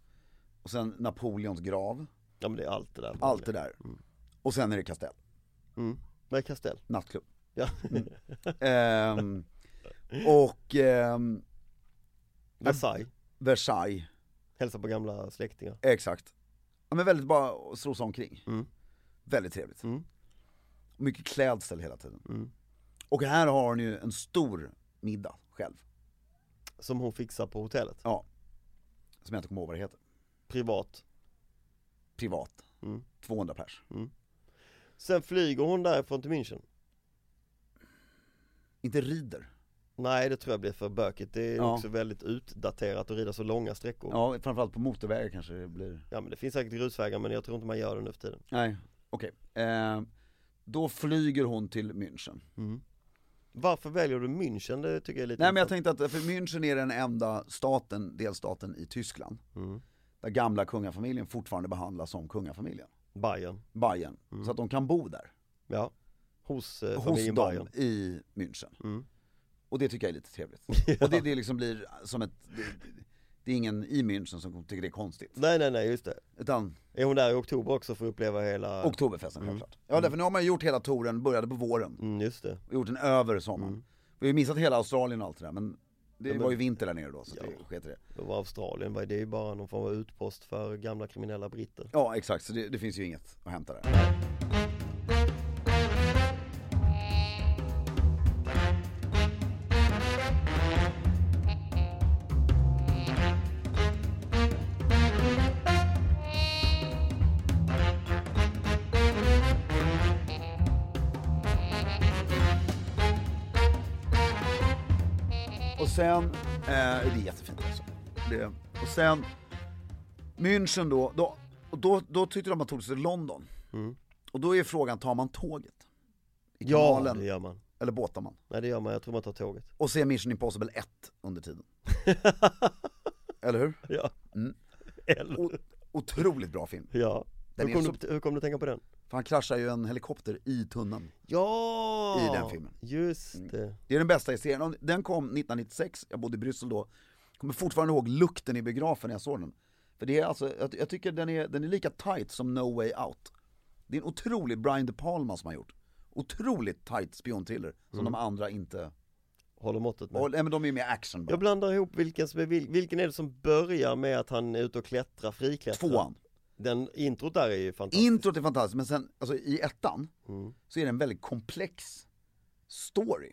Speaker 1: Och sen Napoleons grav,
Speaker 2: Ja men det är allt det där.
Speaker 1: allt det där. Och sen är det kastell,
Speaker 2: Med Castell.
Speaker 1: nattklubb.
Speaker 2: Ja.
Speaker 1: Mm. Ehm, och ehm,
Speaker 2: Versailles.
Speaker 1: Versailles,
Speaker 2: Hälsa på gamla släktingar.
Speaker 1: exakt. Ja, men väldigt bara att strosa omkring.
Speaker 2: Mm.
Speaker 1: Väldigt trevligt.
Speaker 2: Mm.
Speaker 1: Mycket klädsel hela tiden. Och här har hon ju en stor middag själv.
Speaker 2: Som hon fixar på hotellet.
Speaker 1: Ja. Som jag inte kommer ihåg vad det heter.
Speaker 2: Privat.
Speaker 1: Privat.
Speaker 2: Mm.
Speaker 1: 200 pers.
Speaker 2: Sen flyger hon därifrån till München.
Speaker 1: Inte rider.
Speaker 2: Nej det tror jag blir för bökigt. Det är
Speaker 1: Ja.
Speaker 2: också väldigt utdaterat att rida så långa sträckor. Ja.
Speaker 1: Ja, framförallt på motorvägar kanske det blir.
Speaker 2: men det finns säkert grusvägar men jag tror inte man gör det nu för tiden.
Speaker 1: Nej, okej. Ehm, då flyger hon till München.
Speaker 2: Varför väljer du München? Det tycker jag är lite
Speaker 1: Nej men jag
Speaker 2: intressant.
Speaker 1: tänkte att, för München är den enda staten, delstaten i Tyskland,
Speaker 2: Mm.
Speaker 1: där gamla kungafamiljen fortfarande behandlas som kungafamiljen,
Speaker 2: Bayern.
Speaker 1: Bayern. Så att de kan bo där,
Speaker 2: Ja. Hos Mm. eh,
Speaker 1: hos
Speaker 2: familjen
Speaker 1: dem
Speaker 2: Bayern. Mm.
Speaker 1: i München. Och det tycker jag är lite trevligt. Och det, det liksom blir som ett, det, det är ingen i München som tycker det är konstigt.
Speaker 2: Nej nej nej just det.
Speaker 1: Utan
Speaker 2: Är hon där i oktober också för att uppleva hela...
Speaker 1: oktoberfesten självklart. Ja därför nu har man ju gjort hela touren, började på våren
Speaker 2: Mm, just det.
Speaker 1: och gjort den över sommaren. Vi har ju missat hela Australien och allt det där men det var ju vinter där nere då så det sket i det.
Speaker 2: Då var Australien, vad är det är ju bara någon form av utpost för gamla kriminella britter.
Speaker 1: Ja exakt, så det, det finns ju inget att hämta där. Och sen, eh, det är jättefint alltså. Det, och sen, München då, då, och då, då tyckte de att man tog sig till London. Och då är frågan, tar man tåget? I
Speaker 2: Mm. Ja,
Speaker 1: kanalen?
Speaker 2: det gör man.
Speaker 1: Eller båtar man?
Speaker 2: Nej det gör man, jag tror man tar tåget.
Speaker 1: Och ser Mission Impossible 1 under tiden. Eller hur?
Speaker 2: Ja.
Speaker 1: Mm. O-
Speaker 2: Eller,
Speaker 1: otroligt bra film.
Speaker 2: ja.
Speaker 1: Den
Speaker 2: Hur
Speaker 1: är
Speaker 2: kom,
Speaker 1: så-
Speaker 2: du, hur kom du att tänka på den?
Speaker 1: För han kraschar ju en helikopter i tunnan.
Speaker 2: Ja!
Speaker 1: I den filmen. Mm.
Speaker 2: Just det.
Speaker 1: Det är den bästa i serien. Och Den kom 1996, jag bodde i Bryssel då. Kommer fortfarande ihåg lukten i biografen när jag såg den. För det är alltså, jag, jag tycker den är, den är lika tight som No Way Out. Det är en otrolig Brian De Palma som har gjort. Otroligt tight spionthriller som de andra inte,
Speaker 2: Håller måttet med.
Speaker 1: och, nej, men de är ju mer action bara.
Speaker 2: Jag blandar ihop vilken som är vil- vilken är det som börjar med att han är ute och klättrar, friklättrar?
Speaker 1: Tvåan.
Speaker 2: Den introt där är ju fantastisk. Mm,
Speaker 1: Introt är fantastiskt men sen, alltså i ettan, så är det en väldigt komplex story.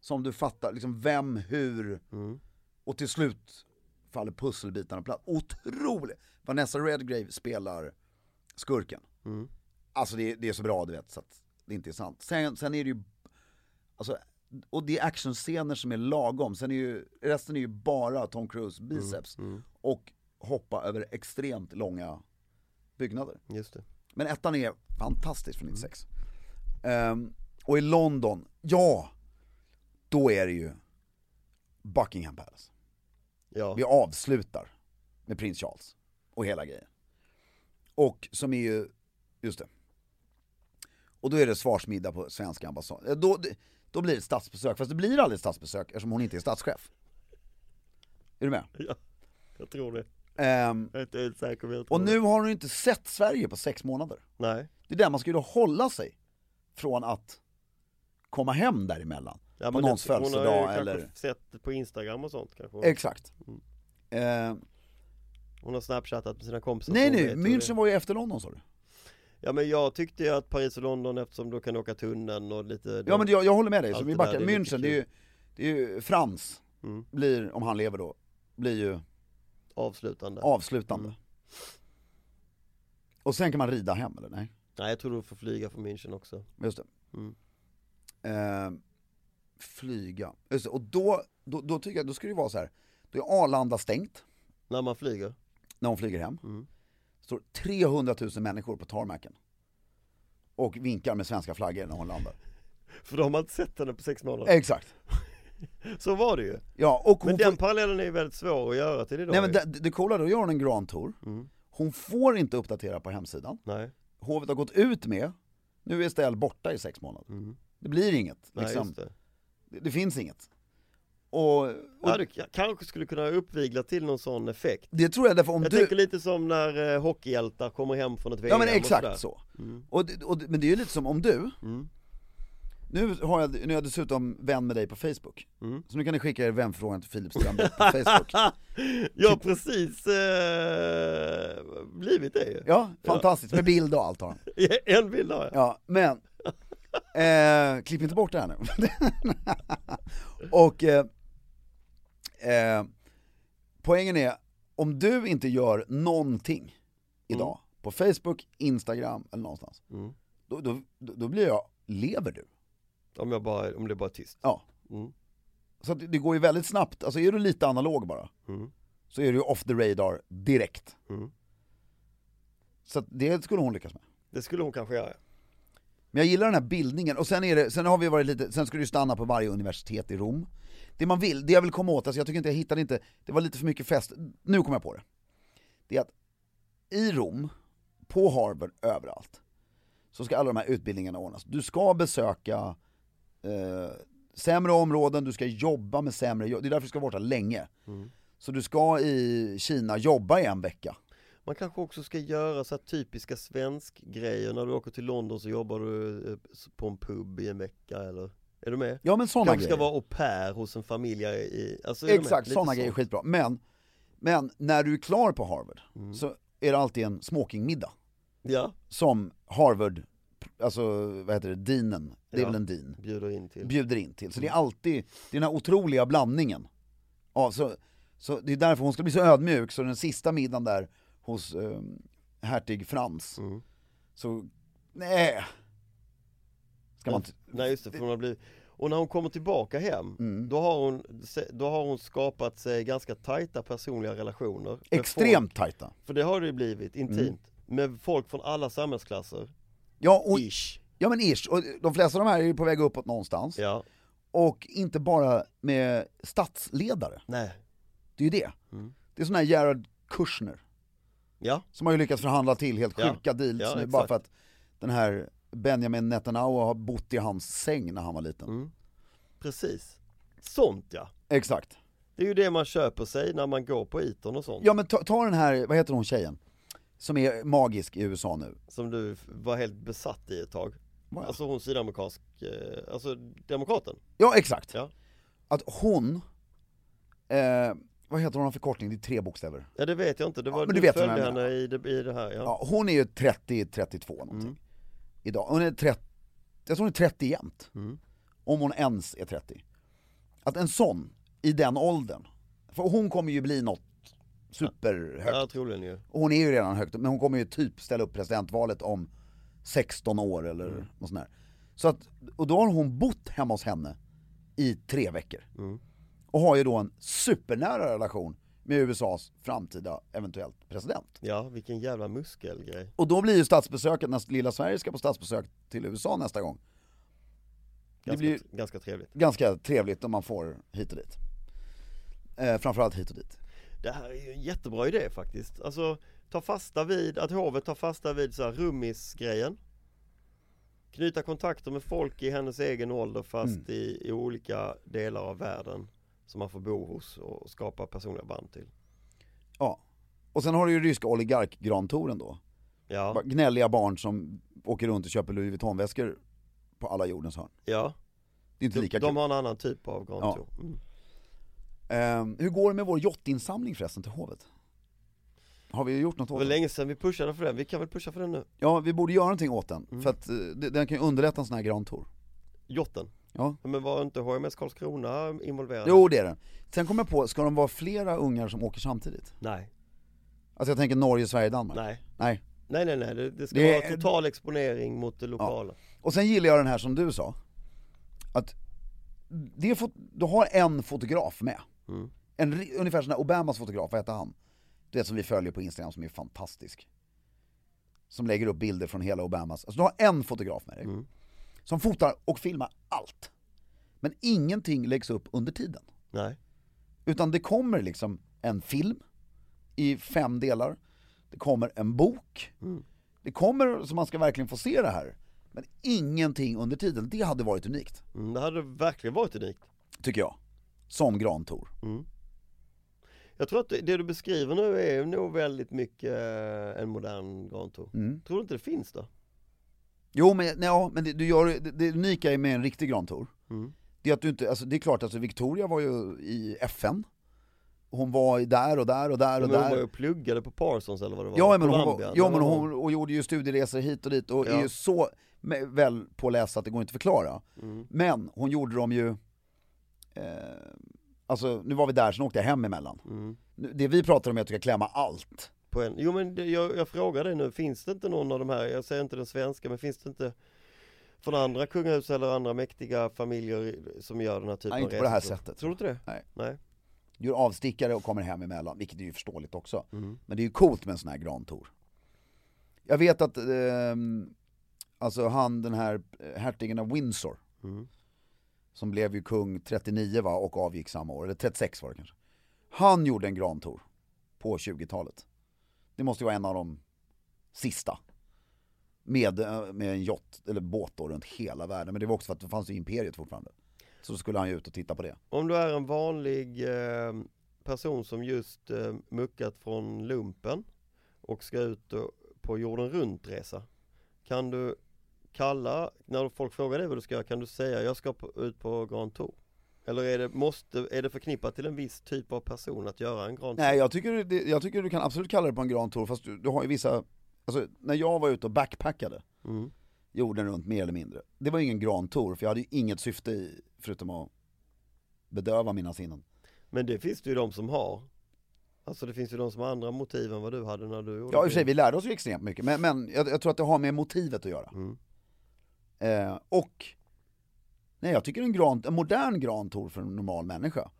Speaker 1: Som du fattar, liksom vem, hur,
Speaker 2: mm,
Speaker 1: och till slut faller pusselbitarna på plats. Otroligt! Vanessa Redgrave spelar skurken. Alltså det, är- det är så bra du vet så att det inte är sant. Sen, sen är det ju, alltså, och det är actionscener som är lagom. Sen är ju, resten är ju bara Tom Cruise biceps. Och hoppa över extremt långa byggnader.
Speaker 2: Just det.
Speaker 1: Men ettan är fantastisk från 96. Ehm, och i London, ja, då är det ju Buckingham Palace.
Speaker 2: Ja.
Speaker 1: Vi avslutar med prins Charles och hela grejen. Och som är ju, just det. Och då är det svarsmiddag på svenska ambassaden. Eh, Då, då blir det ett statsbesök, fast det blir aldrig ett statsbesök eftersom hon inte är statschef. Är du med?
Speaker 2: ja, jag tror det.
Speaker 1: Ehm,
Speaker 2: Jag är inte helt säker men jag tror
Speaker 1: och
Speaker 2: det.
Speaker 1: nu har hon ju inte sett Sverige på sex månader.
Speaker 2: Nej.
Speaker 1: Det är där man ska ju då hålla sig från att komma hem däremellan.
Speaker 2: Ja,
Speaker 1: på
Speaker 2: men
Speaker 1: någons
Speaker 2: det- Hon har ju
Speaker 1: födelsedag
Speaker 2: kanske Mm.
Speaker 1: eller...
Speaker 2: sett på Instagram och sånt kanske.
Speaker 1: Exakt. Eh,
Speaker 2: Hon har snapchattat med sina kompisar.
Speaker 1: nej
Speaker 2: så hon
Speaker 1: nej,
Speaker 2: vet hur det
Speaker 1: München
Speaker 2: är.
Speaker 1: var ju efter London sa du.
Speaker 2: Ja men jag tyckte ju att Paris och London eftersom du kan åka tunneln och lite
Speaker 1: Ja men jag, jag håller med dig, så
Speaker 2: Allt
Speaker 1: vi
Speaker 2: det
Speaker 1: backar.
Speaker 2: där, det är Mm.
Speaker 1: München,
Speaker 2: lite
Speaker 1: det är ju, det är ju Frans, blir, om han lever då, blir ju
Speaker 2: avslutande.
Speaker 1: avslutande.
Speaker 2: Mm.
Speaker 1: Och sen kan man rida hem eller nej?
Speaker 2: Nej jag tror du får flyga från München också.
Speaker 1: Just
Speaker 2: Mm.
Speaker 1: det. Eh, flyga, just det. Och då, då, då tycker jag, då ska det ju vara så här. då är Arlanda stängt.
Speaker 2: När man flyger.
Speaker 1: när hon flyger hem.
Speaker 2: Mm.
Speaker 1: Står 300 000 människor på tarmacken. Och vinkar med svenska flaggor när hon landar.
Speaker 2: För då har man inte sett henne på sex månader.
Speaker 1: Exakt.
Speaker 2: Så var det ju.
Speaker 1: Ja, och hon
Speaker 2: Men den
Speaker 1: får,
Speaker 2: parallellen är ju väldigt svår att göra till idag.
Speaker 1: nej men
Speaker 2: ju.
Speaker 1: det, det coola då, gör hon en grand tour.
Speaker 2: Mm.
Speaker 1: Hon får inte uppdatera på hemsidan.
Speaker 2: Nej.
Speaker 1: Hovet har gått ut med, nu är Estelle borta i sex månader. Det blir inget,
Speaker 2: Mm. Nej,
Speaker 1: liksom.
Speaker 2: just
Speaker 1: det.
Speaker 2: det.
Speaker 1: det finns inget. Och, och
Speaker 2: Ja, du k- kanske skulle kunna uppvigla till någon sån effekt.
Speaker 1: det tror jag därför om
Speaker 2: Jag
Speaker 1: du...
Speaker 2: tänker lite som när eh, hockeyhjältar kommer hem från ett VM
Speaker 1: Ja men
Speaker 2: och
Speaker 1: exakt
Speaker 2: sådär. Mm.
Speaker 1: så. Och, det- och, det- men det är ju lite som om du, nu, har jag, nu är jag dessutom vän med dig på Facebook,
Speaker 2: Mm.
Speaker 1: så nu kan ni skicka er vänförfrågan till Filip Strömberg på Facebook.
Speaker 2: Jag
Speaker 1: Typ.
Speaker 2: har Ah! precis eh, blivit det ju.
Speaker 1: Ja, fantastiskt, med bild och allt har han.
Speaker 2: En bild har jag.
Speaker 1: Ja, men, eh, klipp inte bort det här nu. och eh, eh, poängen är, om du inte gör någonting idag, på Facebook, Instagram eller någonstans, då, då, då då blir jag, lever du?
Speaker 2: Om, jag bara, om det bara är tyst. Mm,
Speaker 1: Ja. Så att det- det går ju väldigt snabbt, alltså är du lite analog bara, så är du ju off the radar direkt.
Speaker 2: mm.
Speaker 1: Så att det skulle hon lyckas med.
Speaker 2: Det skulle hon kanske göra.
Speaker 1: Men jag gillar den här bildningen, och sen, är det, sen har vi varit lite, sen ska du ju stanna på varje universitet i Rom. Det man vill, det jag vill komma åt, alltså jag tycker inte jag hittade inte, det var lite för mycket fest, nu kommer jag på det. Det är att i Rom, på Harvard, överallt, så ska alla de här utbildningarna ordnas. Du ska besöka eh, sämre områden, du ska jobba med sämre jobb, det är därför du ska vara borta länge. Så du ska i Kina jobba i en vecka.
Speaker 2: Man kanske också ska göra så här typiska svensk grejer När du åker till London så jobbar du eh, på en pub i en vecka eller Är du med?
Speaker 1: Ja, men såna
Speaker 2: Kanske ska
Speaker 1: grejer.
Speaker 2: vara au pair hos en familj i... Alltså, är du med?
Speaker 1: Exakt,
Speaker 2: Lite
Speaker 1: sådana
Speaker 2: så.
Speaker 1: grejer är skitbra. Men, men när du är klar på Harvard
Speaker 2: Mm.
Speaker 1: så är det alltid en smokingmiddag
Speaker 2: Ja,
Speaker 1: som Harvard, alltså vad heter det, deanen, det är
Speaker 2: Ja.
Speaker 1: väl en dean,
Speaker 2: bjuder in till. Mm.
Speaker 1: bjuder in till. Så det är alltid, det är den här otroliga blandningen. Ja, så, så det är därför hon ska bli så ödmjuk, så den sista middagen där hos eh, hertig Frans,
Speaker 2: Mm.
Speaker 1: så, nej Ska man inte,
Speaker 2: Nej just det, för hon har blivit Och när hon kommer tillbaka hem
Speaker 1: Mm.
Speaker 2: då, har hon, se- då har hon skapat sig ganska tajta personliga relationer med folk,
Speaker 1: extremt Mm. tajta.
Speaker 2: För det har det ju blivit, intimt Med folk från alla samhällsklasser
Speaker 1: Ja, och,
Speaker 2: Ish
Speaker 1: ja men ish, och de flesta av de här är ju på väg uppåt någonstans.
Speaker 2: Ja,
Speaker 1: och inte bara med statsledare.
Speaker 2: nej,
Speaker 1: Det är ju det.
Speaker 2: Mm.
Speaker 1: Det är sån här Gerard Kushner
Speaker 2: ja,
Speaker 1: som har ju lyckats förhandla till helt
Speaker 2: Ja.
Speaker 1: sjuka deals
Speaker 2: Ja,
Speaker 1: nu
Speaker 2: exakt.
Speaker 1: bara för att den här Benjamin Netanyahu har bott i hans säng när han var liten.
Speaker 2: Mm. precis Sånt ja
Speaker 1: Exakt.
Speaker 2: Det är ju det man köper sig när man går på Eton och sånt
Speaker 1: Ja men ta, ta den här, vad heter hon tjejen? Som är magisk i USA nu.
Speaker 2: Som du f- var helt besatt i ett tag
Speaker 1: Vad?
Speaker 2: Alltså hon sydamerikansk, eh, alltså demokraten
Speaker 1: Ja exakt.
Speaker 2: Ja,
Speaker 1: Att hon, eh, vad heter hon av förkortning? Det är tre bokstäver.
Speaker 2: ja det vet jag inte, det var,
Speaker 1: Ja, men
Speaker 2: du,
Speaker 1: du vet vem
Speaker 2: följde
Speaker 1: jag menar.
Speaker 2: henne i det, i det här ja.
Speaker 1: Ja, hon är ju 30-32 någonting idag. Hon är 30, jag tror hon är 30 jämt. Om hon ens är 30. Att en sån, i den åldern. För hon kommer ju bli något superhögt.
Speaker 2: ja troligen ju
Speaker 1: Och hon är ju redan högt upp, men hon kommer ju typ ställa upp presidentvalet om 16 år eller något sånt där. Så att, och då har hon bott hemma hos henne i tre veckor. Och har ju då en supernära relation med USAs framtida eventuellt president.
Speaker 2: Ja, vilken jävla muskelgrej.
Speaker 1: Och då blir ju statsbesöket, när lilla Sverige ska på statsbesök till USA nästa gång,
Speaker 2: Ganska,
Speaker 1: blir-
Speaker 2: ganska trevligt.
Speaker 1: ganska trevligt om man får hit och dit. Eh, framförallt hit och dit.
Speaker 2: Det här är ju en jättebra idé faktiskt. Alltså, ta fasta vid, att hovet tar fasta vid så här rummisgrejen. Knyta kontakter med folk i hennes egen ålder fast
Speaker 1: Mm.
Speaker 2: i, i olika delar av världen som man får bo hos och skapa personliga band till.
Speaker 1: Ja. Och sen har du ju ryska oligarkgrantouren då.
Speaker 2: Ja,
Speaker 1: Bara Gnälliga barn som åker runt och köper Louis Vuitton-väskor på alla jordens hörn.
Speaker 2: ja.
Speaker 1: Det är inte
Speaker 2: De,
Speaker 1: lika
Speaker 2: de
Speaker 1: kul.
Speaker 2: har en annan typ av Grand
Speaker 1: Ja.
Speaker 2: Tour. Mm.
Speaker 1: Eh, hur går det med vår jottinsamling förresten till hovet? Har vi gjort något
Speaker 2: Det
Speaker 1: åt
Speaker 2: var
Speaker 1: den?
Speaker 2: länge sedan vi pushade för den, vi kan väl pusha för den nu?
Speaker 1: Ja, vi borde göra någonting åt
Speaker 2: Mm.
Speaker 1: den. För att eh, det- den kan ju underlätta en sån här Grand Tour.
Speaker 2: Jotten.
Speaker 1: Ja.
Speaker 2: Men var inte HMS Karlskrona involverad?
Speaker 1: Jo, det är den. Sen kom jag på, ska de vara flera ungar som åker samtidigt?
Speaker 2: Nej,
Speaker 1: Alltså jag tänker Norge, Sverige, Danmark.
Speaker 2: nej.
Speaker 1: Nej.
Speaker 2: Nej nej nej, det, det ska
Speaker 1: Det-
Speaker 2: vara total exponering mot det lokala.
Speaker 1: Och sen gillar jag den här som du sa. Att det är fot- du har en fotograf med. En, ri- ungefär som när Obamas fotograf, vad heter han? Du vet som vi följer på Instagram som är fantastisk. Som lägger upp bilder från hela Obamas. Alltså du har en fotograf med dig.
Speaker 2: Mm.
Speaker 1: Som fotar och filmar allt. Men ingenting läggs upp under tiden.
Speaker 2: Nej.
Speaker 1: Utan det kommer liksom en film i fem delar, det kommer en bok,
Speaker 2: Mm.
Speaker 1: det kommer så man ska verkligen få se det här. Men ingenting under tiden, det hade varit unikt,
Speaker 2: Mm, det hade verkligen varit unikt. Mm.
Speaker 1: tycker jag. Som Grand Tour.
Speaker 2: Jag tror att det, det du beskriver nu är nog väldigt mycket eh, en modern Grand Tour.
Speaker 1: Mm.
Speaker 2: Tror du inte det finns då?
Speaker 1: Jo men, nej, ja, men det, du gör, det, det unika är med en riktig Grand Tour,
Speaker 2: Mm.
Speaker 1: det är att du inte, alltså, det är klart, alltså, Victoria var ju i FN, hon var i där och där och där och
Speaker 2: Men
Speaker 1: där.
Speaker 2: hon var ju och pluggade på Parsons eller vad det var?
Speaker 1: Ja men, hon,
Speaker 2: Columbia,
Speaker 1: var- ja,
Speaker 2: där
Speaker 1: men
Speaker 2: var
Speaker 1: hon och gjorde ju studieresor hit och dit och är
Speaker 2: Ja.
Speaker 1: ju så me- väl påläst att det går inte att förklara.
Speaker 2: Mm.
Speaker 1: Men hon gjorde dem ju, eh, alltså nu var vi där, sen åkte jag hem emellan.
Speaker 2: Mm.
Speaker 1: Nu- Det vi pratar om är att du ska klämma allt.
Speaker 2: På en, jo men det, jag, jag frågar dig nu, finns det inte någon av de här, jag säger inte den svenska, men finns det inte från andra kungahus eller andra mäktiga familjer som gör den här typen
Speaker 1: Nej,
Speaker 2: av
Speaker 1: inte på det här
Speaker 2: resor?
Speaker 1: sättet.
Speaker 2: Tror du inte det?
Speaker 1: Nej.
Speaker 2: Nej.
Speaker 1: Gör avstickare och kommer hem emellan, vilket är ju förståeligt också. Men det är ju coolt med en sån här Grand Tour. Jag vet att, ehm, alltså han den här eh, hertigen av Windsor, som blev ju kung 39 va, och avgick samma år, eller 36 var det kanske. Han gjorde en Grand Tour på 20-talet. Det måste ju vara en av de sista. Med, eh, med en yacht, eller båt då, runt hela världen. Men det var också för att det fanns ju imperiet fortfarande. Så då skulle han ju ut och titta på det.
Speaker 2: Om du är en vanlig eh, person som just eh, muckat från lumpen och ska ut och, på jorden runt resa kan du kalla, när folk frågar dig vad du ska göra, kan du säga jag ska på, ut på Grand Tour? Eller är det, måste, är det förknippat till en viss typ av person att göra en Grand Tour?
Speaker 1: Nej, jag tycker, det, jag tycker du kan absolut kalla det på en Grand Tour, fast du, du har ju vissa... Alltså, när jag var ute och backpackade
Speaker 2: Mm.
Speaker 1: jorden runt mer eller mindre. Det var ju ingen Grand Tour, för jag hade ju inget syfte i, förutom att bedöva mina sinnen.
Speaker 2: Men det finns det ju de som har. Alltså det finns ju de som har andra motiv än vad du hade när du gjorde
Speaker 1: Ja, i och för sig,
Speaker 2: det.
Speaker 1: vi lärde oss ju extremt mycket, men, men jag, jag tror att det har med motivet att göra.
Speaker 2: Mm.
Speaker 1: Eh, och, nej jag tycker en, grand, en modern Grand Tour för en normal människa,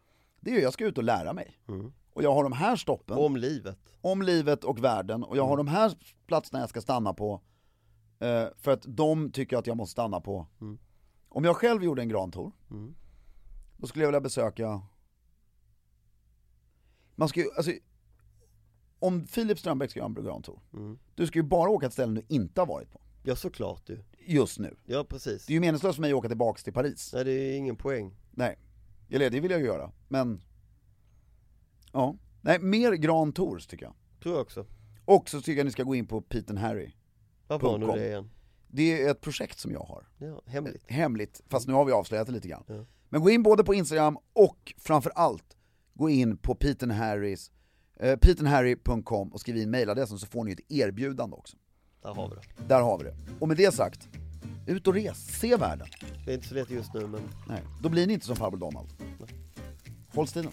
Speaker 1: det är ju jag ska ut och lära mig.
Speaker 2: Mm.
Speaker 1: Och jag har de här stoppen, om,
Speaker 2: Om livet.
Speaker 1: livet och världen, och jag har de här platserna jag ska stanna på, eh, för att de tycker att jag måste stanna på. Om jag själv gjorde en Grand Tour,
Speaker 2: Mm.
Speaker 1: då skulle jag vilja besöka... Man ska ju, alltså, om Filip Strömbäck ska göra en Grand Tour,
Speaker 2: Mm.
Speaker 1: du ska ju bara åka till ställen du inte har varit på,
Speaker 2: Ja såklart ju.
Speaker 1: just nu.
Speaker 2: Ja precis.
Speaker 1: Det är ju meningslöst för mig att åka tillbaks till Paris.
Speaker 2: Nej det är ingen poäng.
Speaker 1: Nej, eller det vill jag ju göra, men... Ja, nej, mer Grand Tours tycker jag.
Speaker 2: Tror jag också.
Speaker 1: Och så tycker jag ni ska gå in på Pete and Harry.
Speaker 2: Vad var nu
Speaker 1: .com.
Speaker 2: det igen?
Speaker 1: Det är ett projekt som jag har.
Speaker 2: Ja, hemligt.
Speaker 1: Hemligt, fast nu har vi avslöjat det lite grann. Men gå in både på Instagram och framförallt gå in på Pete and Harrys, eh, peteandharry.com och skriv in mailadressen så får ni ett erbjudande också.
Speaker 2: Där har vi det.
Speaker 1: Där har vi det. Och med det sagt, ut och res, se världen.
Speaker 2: Det är inte så lätt just nu men
Speaker 1: Nej, då blir ni inte som farbror Donald. Håll stilen.